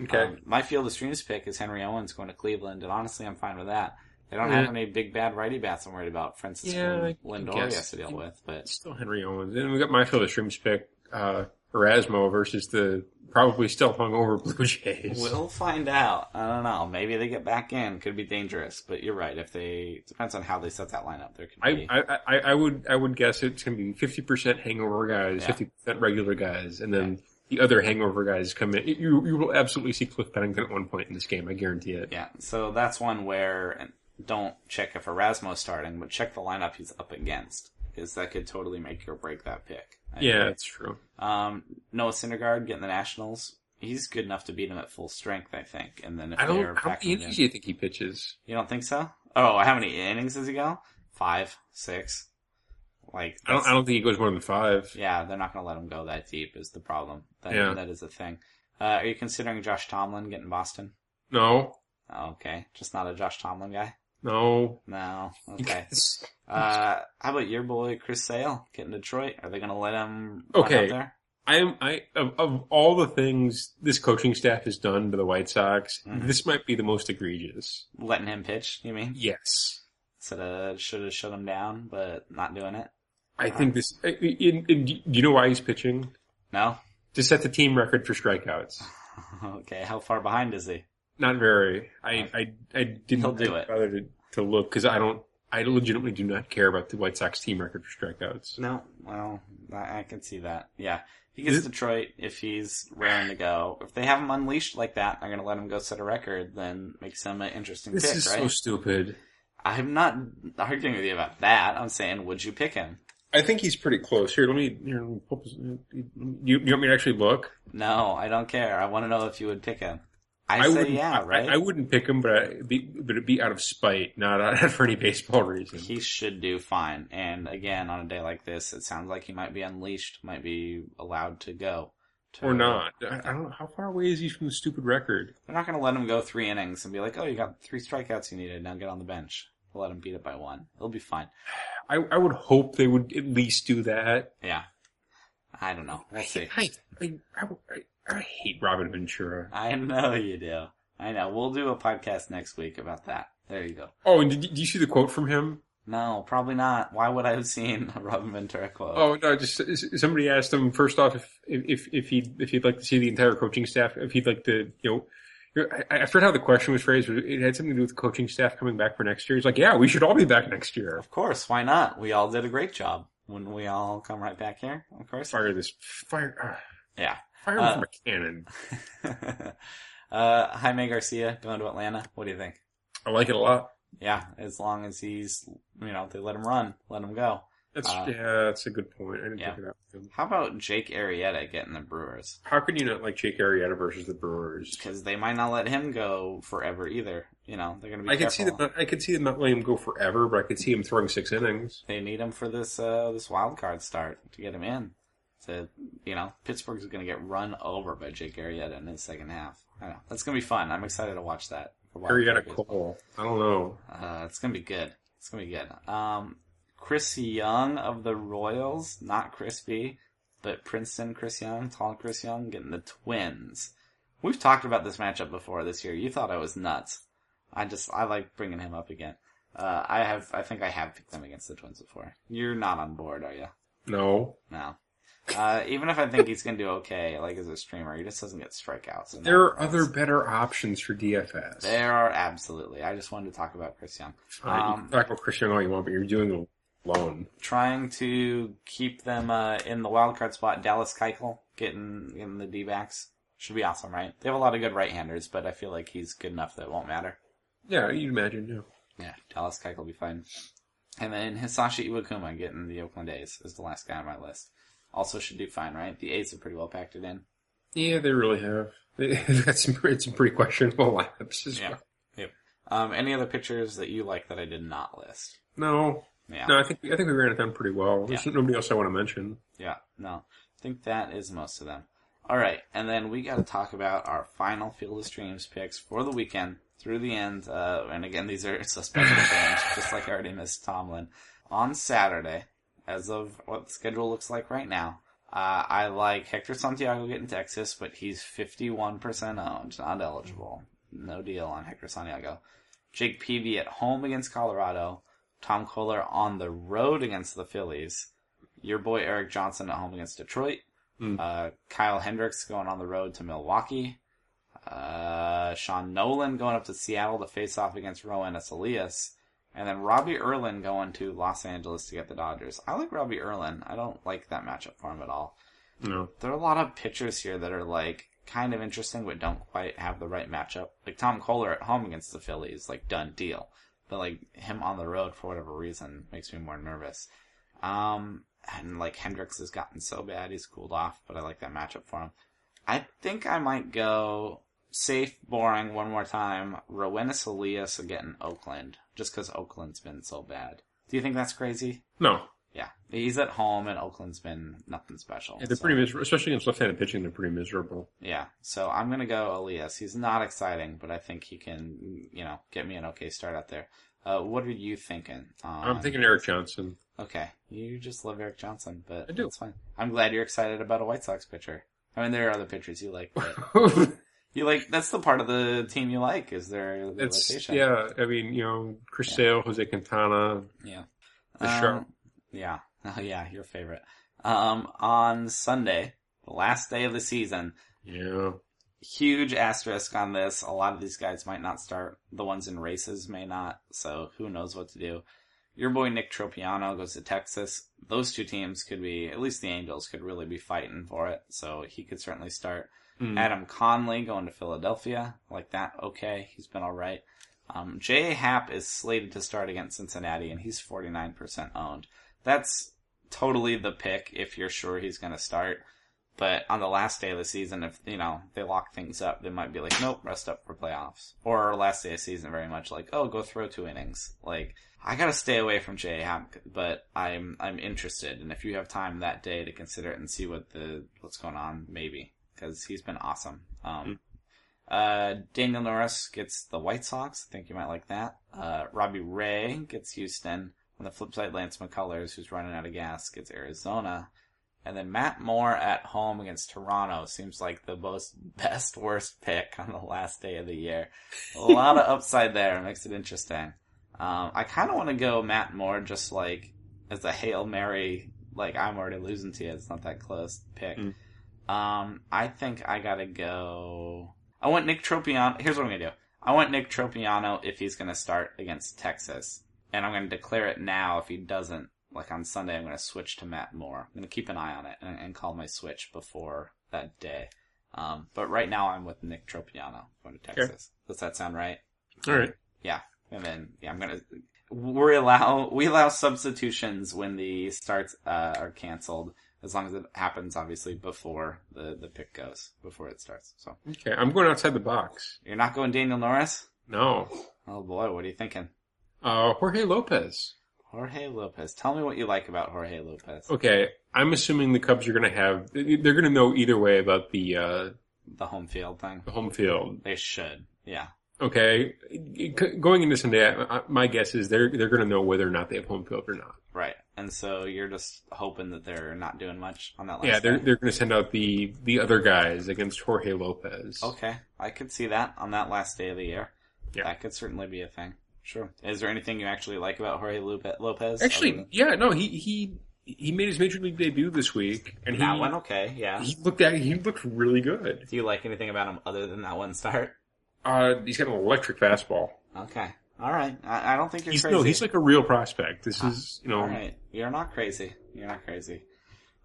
Okay, Um, my field of streams pick is Henry Owens going to Cleveland, and honestly, I'm fine with that. They don't have Yeah. any big bad righty bats I'm worried about. Francisco Yeah, I- I Lindor guess. has to deal with, but it's still Henry Owens, and we got my field of streams pick, uh, Erasmo versus the probably still hungover Blue Jays. We'll find out. I don't know. Maybe they get back in. Could be dangerous. But you're right. If they depends on how they set that lineup. There could I, be. I, I, I would I would guess it's gonna be fifty percent hangover guys, Yeah. fifty percent regular guys, and then the other hangover guys come in. You you will absolutely see Cliff Pennington at one point in this game. I guarantee it. yeah. So that's one where and don't check if Erasmo's starting, but check the lineup he's up against, because that could totally make or break that pick. I Yeah, agree. that's true. Um, Noah Syndergaard getting the Nationals. He's good enough to beat him at full strength, I think. And then if I they're don't. How back many innings do you you think he pitches? don't think so? Oh, how many innings does he go? Five, six. Like I don't. that's- I don't think he goes more than five. Yeah, they're not going to let him go that deep is the problem. That, Yeah. that is the thing. Uh, are you considering Josh Tomlin getting Boston? No, Oh, okay, just not a Josh Tomlin guy. no. No, okay. Uh, how about your boy Chris Sale getting Detroit? Are they going to let him run Okay. out there? I'm I of, of all the things this coaching staff has done to the White Sox, Mhm. this might be the most egregious. Letting him pitch, you mean? Yes. Said uh, should have shut him down, but not doing it. I Uh-huh. think this. I- I- I- I- do you know why he's pitching? No. To set the team record for strikeouts. Okay, how far behind is he? Not very. I I, I didn't He'll do it. bother to, to look because I don't. I legitimately do not care about the White Sox team record for strikeouts. No, well, I, I can see that. Yeah, he gets Detroit if he's raring to go. If they have him unleashed like that, they're gonna let him go set a record. Then makes him an interesting This pick, is right? so stupid. I'm not arguing with you about that. I'm saying, would you pick him? I think he's pretty close. Here, let me. Here, let me pull this- you, you want me to actually look? No, I don't care. I want to know if you would pick him. I, say I wouldn't. yeah, I- right? I, wouldn't pick him, but I, be, but it'd be out of spite, not out for any baseball reason. he should do fine. And again, on a day like this, it sounds like he might be unleashed, might be allowed to go. to- or not. I, I don't know how far away is he from the stupid record. They're not going to let him go three innings and be like, oh, you got three strikeouts you needed. Now get on the bench. We'll let him beat it by one. He'll be fine. I, I would hope they would at least do that. Yeah. I don't know. We'll see. I, I, I, I hate Robin Ventura. I know you do. I know. We'll do a podcast next week about that. There you go. Oh, and did, did you see the quote from him? No, probably not. Why would I have seen a Robin Ventura quote? Oh no, just s- somebody asked him first off if if if he if he'd like to see the entire coaching staff if he'd like to you know. you know, I I forgot how the question was phrased. but It had something to do with the coaching staff coming back for next year. He's like, "Yeah, we should all be back next year." Of course. Why not? We all did a great job. Wouldn't we all come right back here? Of course. Fire this fire, ah, Yeah. fire him Uh, from a cannon. uh, Jaime Garcia going to Atlanta. What do you think? I like it a lot. Yeah, as long as he's, you know, they let him run, let him go. That's Uh, yeah, that's a good point. I didn't yeah. think of that. How about Jake Arrieta getting the Brewers? How could you not like Jake Arrieta versus the Brewers? Because they might not let him go forever either. You know, they're going to be. I could see them. careful. Not, I could see them not letting him go forever, but I could see him throwing six innings. They need him for this uh, this wild card start to get him in. So you know, Pittsburgh's going to get run over by Jake Arrieta in his second half. I don't know. That's going to be fun. I'm excited to watch that. for wild card Arrieta baseball. Cole. I don't know. Uh, it's gonna be good. It's gonna be good. Um, Chris Young of the Royals, not Crispy, but Princeton Chris Young, tall Chris Young, getting the Twins. We've talked about this matchup before this year. You thought I was nuts. I just I like bringing him up again. Uh, I have I think I have picked them against the Twins before. You're not on board, are you? No, No. Uh, even if I think he's gonna do okay, like as a streamer, he just doesn't get strikeouts. and there are that- other better options for DFS. There are absolutely. I just wanted to talk about Chris Young. Uh, you um, can talk about Christian all you want, but you're doing it alone. trying to keep them uh, in the wild card spot. Dallas Keuchel getting in the D backs should be awesome, right? They have a lot of good right handers, but I feel like he's good enough that it won't matter. Yeah, you'd imagine. Yeah. Yeah, Dallas Keuchel will be fine. And then Hisashi Iwakuma getting the Oakland A's is the last guy on my list. Also should do fine, right? The A's are pretty well packed it in. Yeah, they really have. They've got some, pretty- some pretty questionable lineups as Yeah. well. Yep. Um, any other pitchers that you like that I did not list? No, Yeah. no, I think I think we ran it down pretty well. There's nobody else I want to mention. Yeah, no. I think that is most of them. All right, and then we got to talk about our final Field of Streams picks for the weekend through the end. Uh, and again, these are suspended games, just like I already missed Tomlin. On Saturday, as of what the schedule looks like right now, uh, I like Hector Santiago getting Texas, but he's 51% owned, not eligible. No deal on Hector Santiago. Jake Peavy at home against Colorado. Tom Kohler on the road against the Phillies your boy Eric Johnson at home against Detroit. Mm. Uh, Kyle Hendricks going on the road to Milwaukee. Uh, Sean Nolan going up to Seattle to face off against Rowan Asalias. And then Robbie Erlin going to Los Angeles to get the Dodgers. I like Robbie Erlin. I don't like that matchup for him at all. No, There are a lot of pitchers here that are like kind of interesting but don't quite have the right matchup. Like Tom Kohler at home against the Phillies, like done deal. But like him on the road for whatever reason makes me more nervous. Um, and like Hendricks has gotten so bad, he's cooled off, but I like that matchup for him. I think I might go safe, boring one more time. Rowena Elias again in Oakland, just because Oakland's been so bad. Do you think that's crazy? no, Yeah, he's at home, and Oakland's been nothing special. Yeah, they're so- pretty miserable, especially against left-handed pitching. They're pretty miserable. yeah, so I'm gonna go Elias. He's not exciting, but I think he can, you know, get me an okay start out there. Uh, what are you thinking? On... I'm thinking Eric Johnson. Okay, you just love Eric Johnson, but I do. That's fine. I'm glad you're excited about a White Sox pitcher. I mean, there are other pitchers you like, but you like that's the part of the team you like is their their it's rotation. yeah. I mean, you know, Chris Sale, Jose Quintana, yeah. the sharp. Um, Yeah, oh yeah, your favorite. Um, on Sunday, the last day of the season, Yeah, huge asterisk on this. A lot of these guys might not start. The ones in races may not. So who knows what to do. Your boy Nick Tropiano goes to Texas. Those two teams could be, at least the Angels could really be fighting for it. So he could certainly start. Mm. Adam Conley going to Philadelphia. I Like that. Okay. He's been all right. Um, J.A. Happ is slated to start against Cincinnati and he's 49% owned. That's totally the pick if you're sure he's going to start. But on the last day of the season, if you know they lock things up, they might be like, "Nope, rest up for playoffs." Or last day of season, very much like, "Oh, go throw two innings." Like I gotta stay away from J. Happ, but I'm I'm interested, and if you have time that day to consider it and see what the what's going on, maybe because he's been awesome. Um, uh, Daniel Norris gets the White Sox. I think you might like that. Uh, Robbie Ray gets Houston. On the flip side, Lance McCullers, who's running out of gas, gets Arizona. And then Matt Moore at home against Toronto seems like the most best worst pick on the last day of the year. A lot of upside there makes it interesting. Um, I kind of want to go Matt Moore just like as a hail mary, like I'm already losing to you. It's not that close pick. Mm. Um, I think I gotta go. I want Nick Tropiano. Here's what I'm gonna do. I want Nick Tropiano if he's gonna start against Texas, and I'm gonna declare it now if he doesn't. Like on Sunday, I'm gonna switch to Matt Moore. I'm gonna keep an eye on it and, and call my switch before that day. Um, but right now I'm with Nick Tropiano going to Texas. Does that sound right? All right. And then yeah, I'm gonna we allow we allow substitutions when the starts uh, are canceled, as long as it happens obviously before the the pick goes before it starts. So Okay, I'm going outside the box. you're not going Daniel Norris. No, Oh boy, what are you thinking? uh, Jorge Lopez. Jorge Lopez. Tell me what you like about Jorge Lopez. Okay, I'm assuming the Cubs are going to have. They're going to know either way about the uh, The home field thing. the home field. They should. Yeah. Okay, G- going into Sunday, I- I- my guess is they're they're going to know whether or not they have home field or not. Right. And so you're just hoping that they're not doing much on that last Yeah, they're day. they're going to send out the the other guys against Jorge Lopez. Okay, I could see that on that last day of the year. Yeah. That could certainly be a thing. Sure. Is there anything you actually like about Jorge Lupe- Lopez? other Actually, than- yeah, no, he he he made his major league debut this week, and he that one, okay, yeah. he looked at he looked really good. Do you like anything about him other than that one start? Uh, he's got an electric fastball. Okay. Okay, all right. I, I don't think you're He's crazy. Ah. no, he's like a real prospect. This is you know all right. You're not crazy. You're not crazy.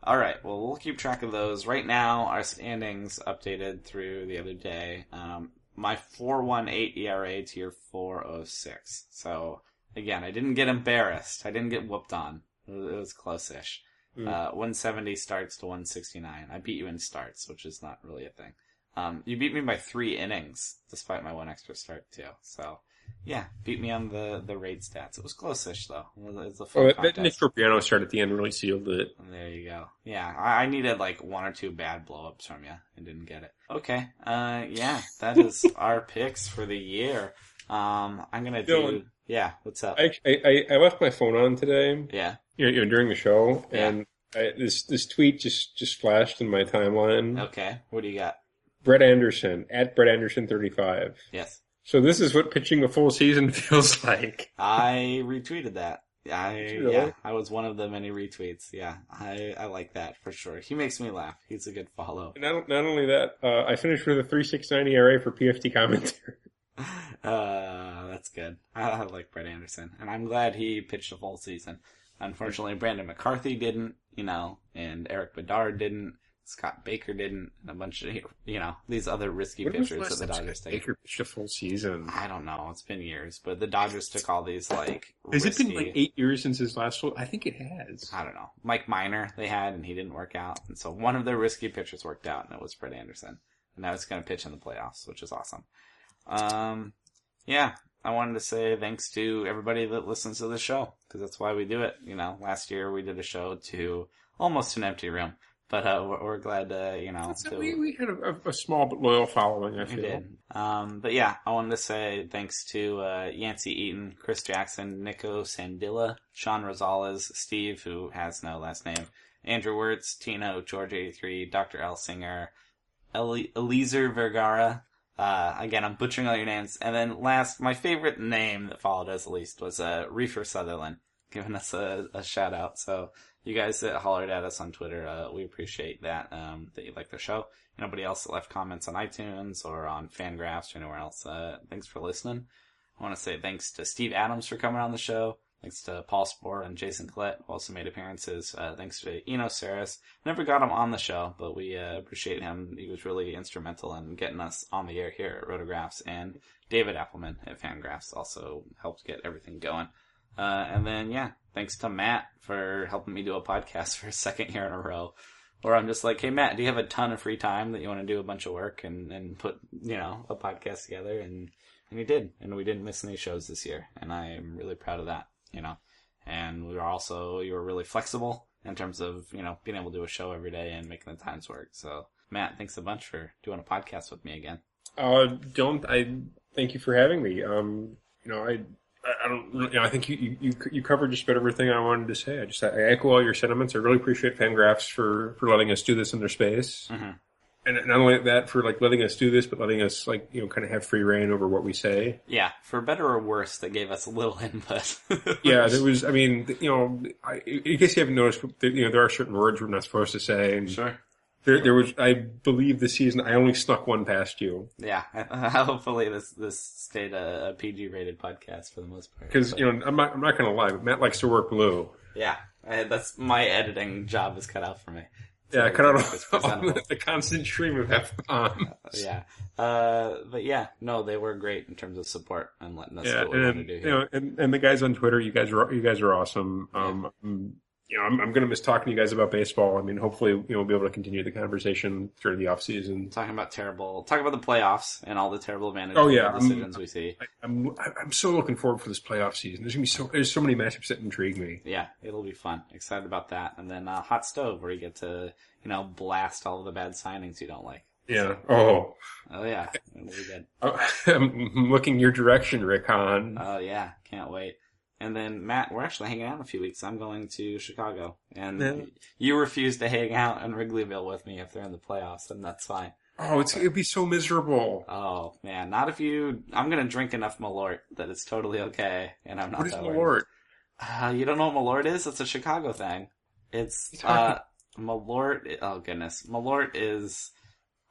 All right. Well, we'll keep track of those. Right now, our standings updated through the other day. Um, my four one eight ERA to your four oh six. So again, I didn't get embarrassed. I didn't get whooped on. It was, it was close-ish. Mm. Uh, 170 starts to 169. I beat you in starts, which is not really a thing. Um, you beat me by three innings, despite my one extra start too. So, yeah, beat me on the the raid stats. It was close-ish though. It was, it was a fun Oh, that, that contest. Nick Tropiano start at the end really sealed it. And There you go. Yeah, I, I needed like one or two bad blow ups from you and didn't get it. Okay. Uh, yeah, that is our picks for the year. Um, I'm gonna do. Dylan. Yeah, what's up? I, I I left my phone on today, yeah. you know, you know, during the show, Yeah. and I, this this tweet just just flashed in my timeline. Okay. What do you got? Brett Anderson at Brett Anderson thirty five. Yes, So this is what pitching a full season feels like. I retweeted that. I Really? yeah, I was one of the many retweets. Yeah, I I like that for sure. He makes me laugh. He's a good follow. Not not only that, uh, I finished with a three six nine ERA for PFT commentary. Uh, that's good. I, I like Brett Anderson, and I'm glad he pitched a full season. Unfortunately, Brandon McCarthy didn't, you know, and Eric Bedard didn't, Scott Baker didn't, and a bunch of you know these other risky When was the pitchers last that the time Dodgers Scott take. Baker pitched a full season. I don't know. It's been years, but the Dodgers took all these like. Has it been risky- like eight years since his last full? I think it has. I don't know. Mike Miner they had, and he didn't work out, and so one of their risky pitchers worked out, and it was Brett Anderson, and now it's going to pitch in the playoffs, which is awesome. Um, yeah, I wanted to say thanks to everybody that listens to the show because that's why we do it. You know, last year we did a show to almost an empty room But uh, we're, we're glad to, you know, So to- we, we had a, a, a small but loyal following, I we feel. did. Um, but yeah, I wanted to say thanks to uh, Yancey Eaton, Chris Jackson, Nico Sandilla, Sean Rosales, Steve, who has no last name, Andrew Wirtz, Tino, George83, Dr. L. Singer, Eli- Eliezer Vergara. Uh, again, I'm butchering all your names. And then last, my favorite name that followed us at least was uh, Reefer Sutherland, giving us a, a shout out. So you guys that hollered at us on Twitter, uh, we appreciate that, um, that you like the show. Nobody else that left comments on iTunes or on Fangraphs or anywhere else. Uh, thanks for listening. I want to say thanks to Steve Adams for coming on the show. Thanks to Paul Spore and Jason Collette, who also made appearances. Uh, thanks to Eno Saris. Never got him on the show, but we uh, appreciate him. He was really instrumental in getting us on the air here at Rotographs. And David Appleman at Fangraphs also helped get everything going. Uh, and then, yeah, thanks to Matt for helping me do a podcast for a second year in a row. Or I'm just like, hey, Matt, do you have a ton of free time that you want to do a bunch of work and, and put, you know, a podcast together? And, and he did. And we didn't miss any shows this year. And I am really proud of that, you know. And we were also, you were really flexible in terms of, you know, being able to do a show every day and making the times work. So, Matt, thanks a bunch for doing a podcast with me again. Uh, don't I thank you for having me. Um, you know, I I- I don't. really- You know, I think you, you you you covered just about everything I wanted to say. I just I echo all your sentiments. I really appreciate Fangraphs for for letting us do this in their space, Mhm. and not only that for like letting us do this, but letting us like you know kind of have free reign over what we say. Yeah, for better or worse, they gave us a little input. Yeah, there was. I mean, th- you know, I, in case you haven't noticed, th- you know, there are certain words we're not supposed to say. And sure. there, there was, I believe, this season I only snuck one past you. Yeah, hopefully this this stayed a, a PG rated podcast for the most part. Because But- you know, I'm not, I'm not going to lie, but Matt likes to work blue. yeah, I, that's my editing job is cut out for me. Yeah, So cut out it's all, all presentable. the, the constant stream of F bombs. yeah, uh, but yeah, no, they were great in terms of support and letting us Yeah, do what we wanted and to do you here. know, and, and the guys on Twitter, you guys are you guys are awesome. Um, mm, you know, I'm, I'm going to miss talking to you guys about baseball. I mean, hopefully, you know, we'll be able to continue the conversation through the off season. talking about terrible, talking about the playoffs and all the terrible management Oh, yeah, decisions we see. I'm I'm so looking forward for this playoff season. There's gonna be so there's so many matchups that intrigue me. Yeah, it'll be fun. Excited about that, and then uh, hot stove where you get to you know blast all of the bad signings you don't like. Yeah. Oh, Oh yeah, it'll be good. I'm looking your direction, Rick Hahn. Oh yeah, can't wait. And then Matt, we're actually hanging out in a few weeks. I'm going to Chicago, and Yeah. you refuse to hang out in Wrigleyville with me if they're in the playoffs, and that's fine. oh, it's it'd be so miserable. Oh man, not if you. I'm gonna drink enough Malort that it's totally okay, and I'm not What is that Malort? worried. Uh, you don't know what Malort is? It's a Chicago thing. It's You're uh, talking- Malort. Oh goodness, Malort is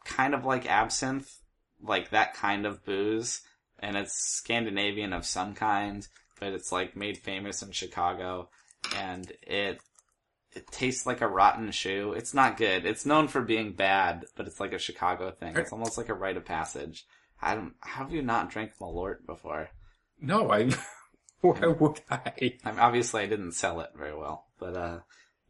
kind of like absinthe, like that kind of booze, and it's Scandinavian of some kind, but it's like made famous in Chicago, and it it tastes like a rotten shoe. It's not good. It's known for being bad, but it's like a Chicago thing. It's almost like a rite of passage. I don't. How have you not drank Malort before? No, I. Why would I? I mean, obviously, I didn't sell it very well, but uh,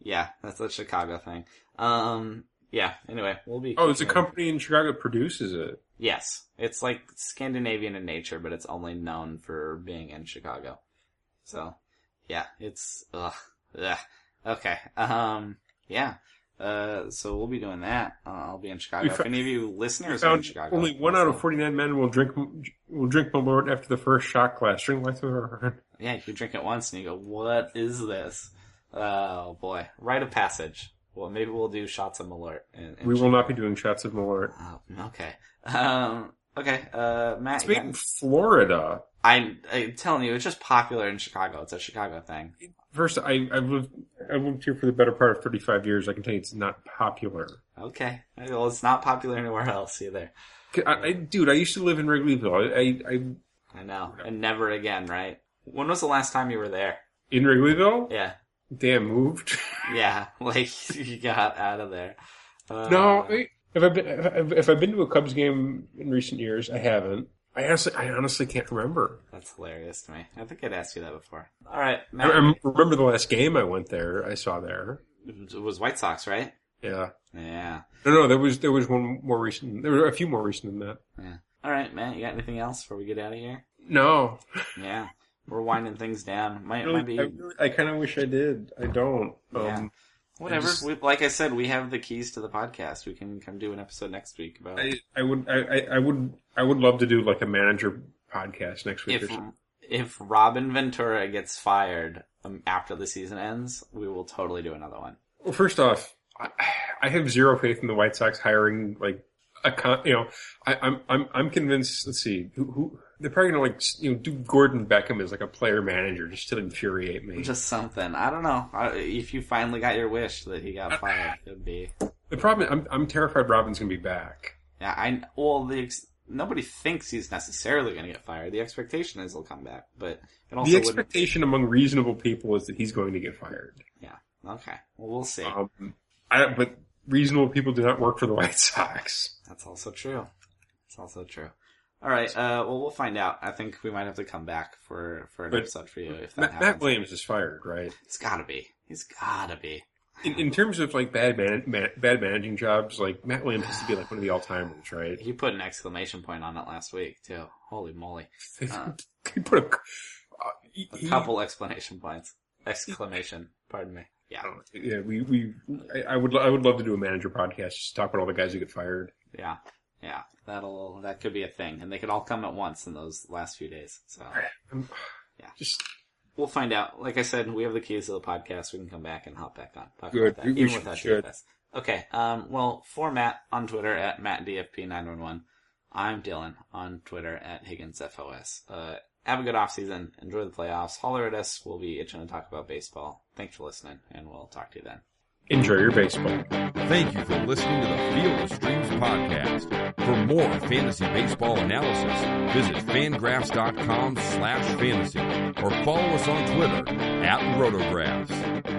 yeah, that's a Chicago thing. Um, yeah. Anyway, we'll be. Oh, it's a continuing. company in Chicago that produces it. Yes, it's like Scandinavian in nature, but it's only known for being in Chicago. So, yeah, it's ugh, ugh. okay. Um, yeah. Uh, so we'll be doing that. Uh, I'll be in Chicago. We If found- any of you listeners are in Found Chicago, only one out of so- forty nine men will drink will drink Malort after the first shot glass. Drink life Yeah, you drink it once and you go, "What is this?" Oh boy, rite of passage. Well, maybe we'll do shots of Malort. In, in We will not be Chicago. doing shots of Malort. Oh, okay. Um. Okay. Uh, Matt. It's you made in got- Florida. I'm, I'm telling you, it's just popular in Chicago. It's a Chicago thing. First, I, I've lived I've lived here for the better part of thirty five years. I can tell you, it's not popular. Okay. Well, it's not popular anywhere else either. I, I, dude, I used to live in Wrigleyville. I, I, I I know. And never again, right? When was the last time you were there? in Wrigleyville. Yeah. Damn, moved. Yeah. Like, you got out of there. Uh, No, I- if I've been if, if I've been to a Cubs game in recent years, I haven't. I honestly, I honestly can't remember. That's hilarious to me. I think I'd asked you that before. All right. I, Matt, I remember the last game I went there. I saw there. it was White Sox, right? Yeah. Yeah. No, no, there was there was one more recent. There were a few more recent than that. All right, Matt, you got anything else before we get out of here? No, Yeah. We're winding things down. Might, I, might be. really- I kind of wish I did. I don't. Um, Yeah. Whatever. just- we, like I said, we have the keys to the podcast. We can come do an episode next week about I, I would, I, I- I would, I would love to do like a manager podcast next week. or if something. if Robin Ventura gets fired um, after the season ends, we will totally do another one. Well, first off, I, I have zero faith in the White Sox hiring like a con. You know, I, I'm, I'm, I'm convinced. Let's see, who, who they're probably gonna like, s- you know, do Gordon Beckham as like a player manager just to infuriate me. Just something. I don't know. I, if you finally got your wish that he got fired, it'd be. the problem, I'm, I'm terrified Robin's gonna be back. Yeah, I well the ex- nobody thinks he's necessarily going to get fired. The expectation is he'll come back, but it also the wouldn't. expectation among reasonable people is that he's going to get fired. Yeah. Okay. Well, we'll see. Um, I, but reasonable people do not work for the White Sox. That's also true. That's also true. All right. Uh, well, we'll find out. I think we might have to come back for for an But- episode for you if that Matt, Matt happens. Williams is fired, right? It's gotta be. He's gotta be. In, in terms of like bad man, man, bad managing jobs, like Matt Williams has to be like one of the all timers, right? He put an exclamation point on it last week too. Holy moly! Uh. he put a, uh, he- A he- couple explanation points. Exclamation. Pardon me. Yeah. yeah, we we I, I would lo- I would love to do a manager podcast just to talk about all the guys who get fired. Yeah. Yeah. That'll that could be a thing, and they could all come at once in those last few days. So I'm- Yeah. just we'll find out. Like I said, we have the keys to the podcast. We can come back and hop back on. Talk Good. About that, We- we even should- without should. DFS. Okay. Um. Well, for Matt on Twitter at mattdfp911. I'm Dylan on Twitter at HigginsFOS. Uh, have a good off season. Enjoy the playoffs. Holler at us. We'll be itching to talk about baseball. Thanks for listening, and we'll talk to you then. enjoy your baseball. Thank you for listening to the Field of Streams podcast. For more fantasy baseball analysis, visit fangraphs.com slash fantasy or follow us on Twitter at rotographs.